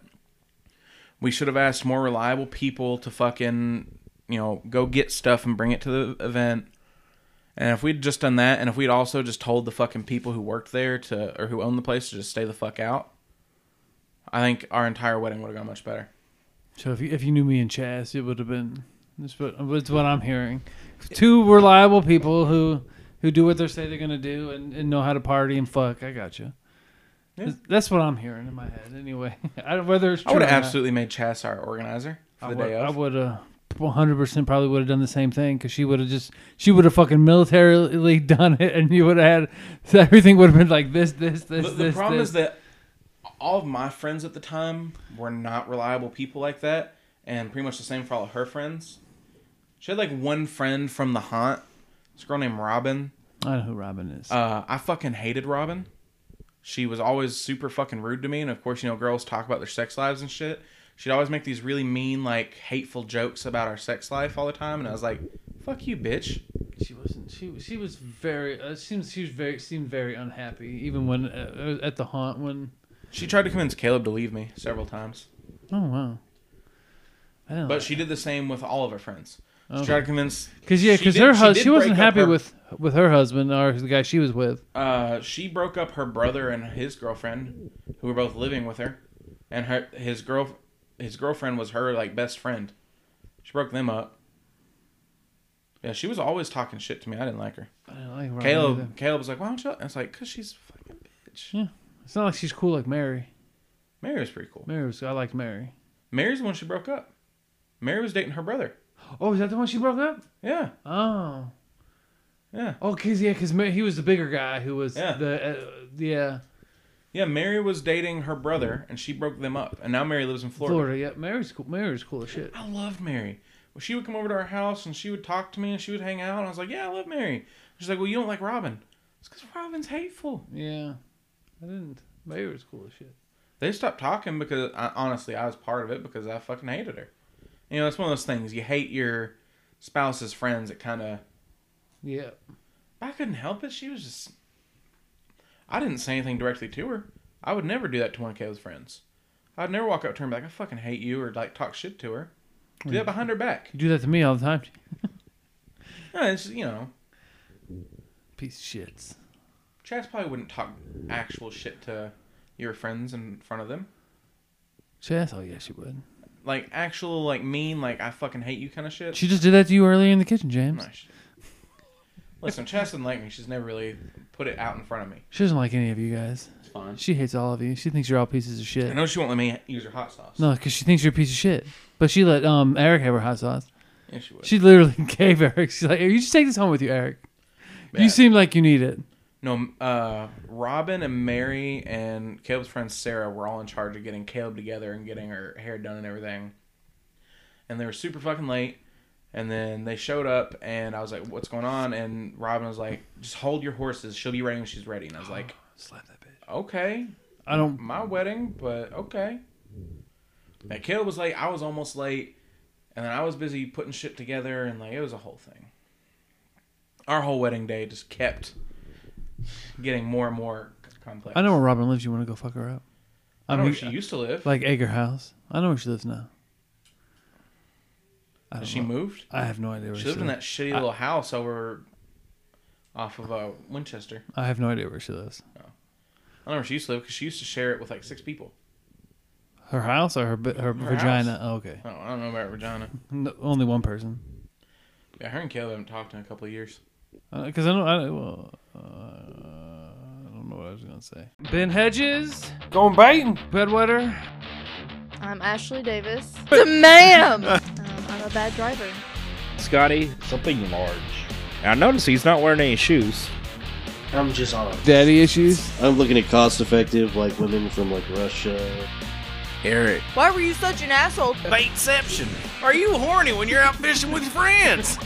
We should have asked more reliable people to fucking, you know, go get stuff and bring it to the event. And if we'd just done that and if we'd also just told the fucking people who worked there to or who owned the place to just stay the fuck out, I think our entire wedding would have gone much better.
so if you if you knew me and Chaz, it would have been. That's what that's what I'm hearing. Two reliable people who who do what they say they're gonna do and, and know how to party and fuck. I got you.
Yeah.
That's what I'm hearing in my head. Anyway, [laughs] I, don't- whether it's true
I would have
or not,
absolutely made Chas our organizer for the
I would,
day
I
of.
would uh, 100% probably would have done the same thing because she would have just, she would have fucking militarily done it and you would have had, everything would have been like this, this, this,
The, the
this.
problem
this.
is that all of my friends at the time were not reliable people like that, and pretty much the same for all of her friends. She had like one friend from the haunt, this girl named Robin.
I know who Robin is.
Uh, I fucking hated Robin. She was always super fucking rude to me, and of course, you know, girls talk about their sex lives and shit. She'd always make these really mean, like, hateful jokes about our sex life all the time, and I was like, "Fuck you, bitch."
she wasn't, she, was- she was very, uh, seems, she was very, seemed very unhappy even when, uh, at the haunt when,
She tried to convince Caleb to leave me several times.
oh wow. I don't know.
But she did the same with all of her friends. She
Oh.
tried to convince
Cause yeah,
she
cause
did-
her
she
husband,
did
she wasn't
break up
happy
her-
with with her husband or the guy she was with.
uh, she broke up her brother and his girlfriend, who were both living with her, and her his girl his girlfriend was her like best friend. She broke them up. Yeah, she was always talking shit to me. I didn't like her.
I don't like Robin
Caleb
either.
Caleb was like, "Why don't you?" I was like, "Cause she's a fucking bitch."
It's not like she's cool like Mary.
Mary was pretty cool.
Mary was, I liked Mary.
Mary's the one she broke up. Mary was dating her brother.
Oh, is that the one she broke up?
Yeah,
Oh.
yeah,
Oh, cause yeah, cause Ma- he was the bigger guy who was
Yeah.
the uh, yeah
yeah. Mary was dating her brother, and she broke them up. And now Mary lives in
Florida.
Florida.
Yeah, Mary's cool. Mary's cool as shit.
I loved Mary. Well, she would come over to our house and she would talk to me and she would hang out. And I was like, yeah, I love Mary. She's like, well, you don't like Robin. It's because Robin's hateful.
Yeah. I didn't. Maybe was cool as shit.
They stopped talking because I, honestly, I was part of it because I fucking hated her. You know, it's one of those things. You hate your spouse's friends. It kind of.
Yeah.
I couldn't help it. She was just. I didn't say anything directly to her. I would never do that to one of Kayla's friends. I'd never walk up to her and be like, "I fucking hate you," or like talk shit to her. Do that behind her back. [laughs]
You do that to me all the time.
No, it's you know,
Piece of shits.
Chaz probably wouldn't talk actual shit to your friends in front of them.
Chess? Oh, yeah, she would.
Like actual, like mean, like I fucking hate you kind of shit.
She just did that to you earlier in the kitchen, James.
No, she- Listen, Chaz doesn't like me. She's never really put it out in front of me.
She doesn't like any of you guys.
It's fine.
She hates all of you. She thinks you're all pieces of
I
shit.
know she won't let me use her hot sauce.
No, because she thinks you're a piece of shit. But she let um Eric have her hot sauce.
Yeah, she would.
She literally [laughs] gave Eric. She's like, "You should take this home with you, Eric.
Yeah.
You seem like you need it."
No, uh, Robin and Mary and Caleb's friend Sarah were all in charge of getting Caleb together and getting her hair done and everything. And they were super fucking late. And then they showed up, and I was like, "What's going on?" And Robin was like, "Just hold your horses. She'll be ready when she's ready." And I was like,
Slap that bitch.
"Okay,
I don't.
my wedding, but okay." And Caleb was late. I was almost late, and then I was busy putting shit together, and like it was a whole thing. Our whole wedding day just kept getting more and more c- complex.
I know where Robin lives. You want to go fuck her up?
I
I
know
mean,
where she used to live.
like Edgar House. I know where she lives now. I don't
Has she
know.
moved?
I have no idea where
She
she,
lived in that
lives.
shitty little house over off of uh, Winchester.
I have no idea where she lives.
I don't know where she used to live because she used to share it with like six people.
Her house or her bi- her, her vagina? Oh, okay,
I don't, I don't know about Regina.
[laughs] no, only one person.
Yeah, her and Caleb haven't talked in a couple of years.
Because Uh, I don't. I don't, well, uh, I don't know what I was gonna say. Ben Hedges,
Going biting.
bedwetter.
I'm Ashley Davis. The ma'am! um, I'm a bad driver.
Scotty, something large. I notice he's not wearing any shoes.
I'm just honest.
Daddy issues.
I'm looking at cost effective, like women from like Russia.
Why were you such an asshole?
Baitception. Are you horny when you're out fishing with friends?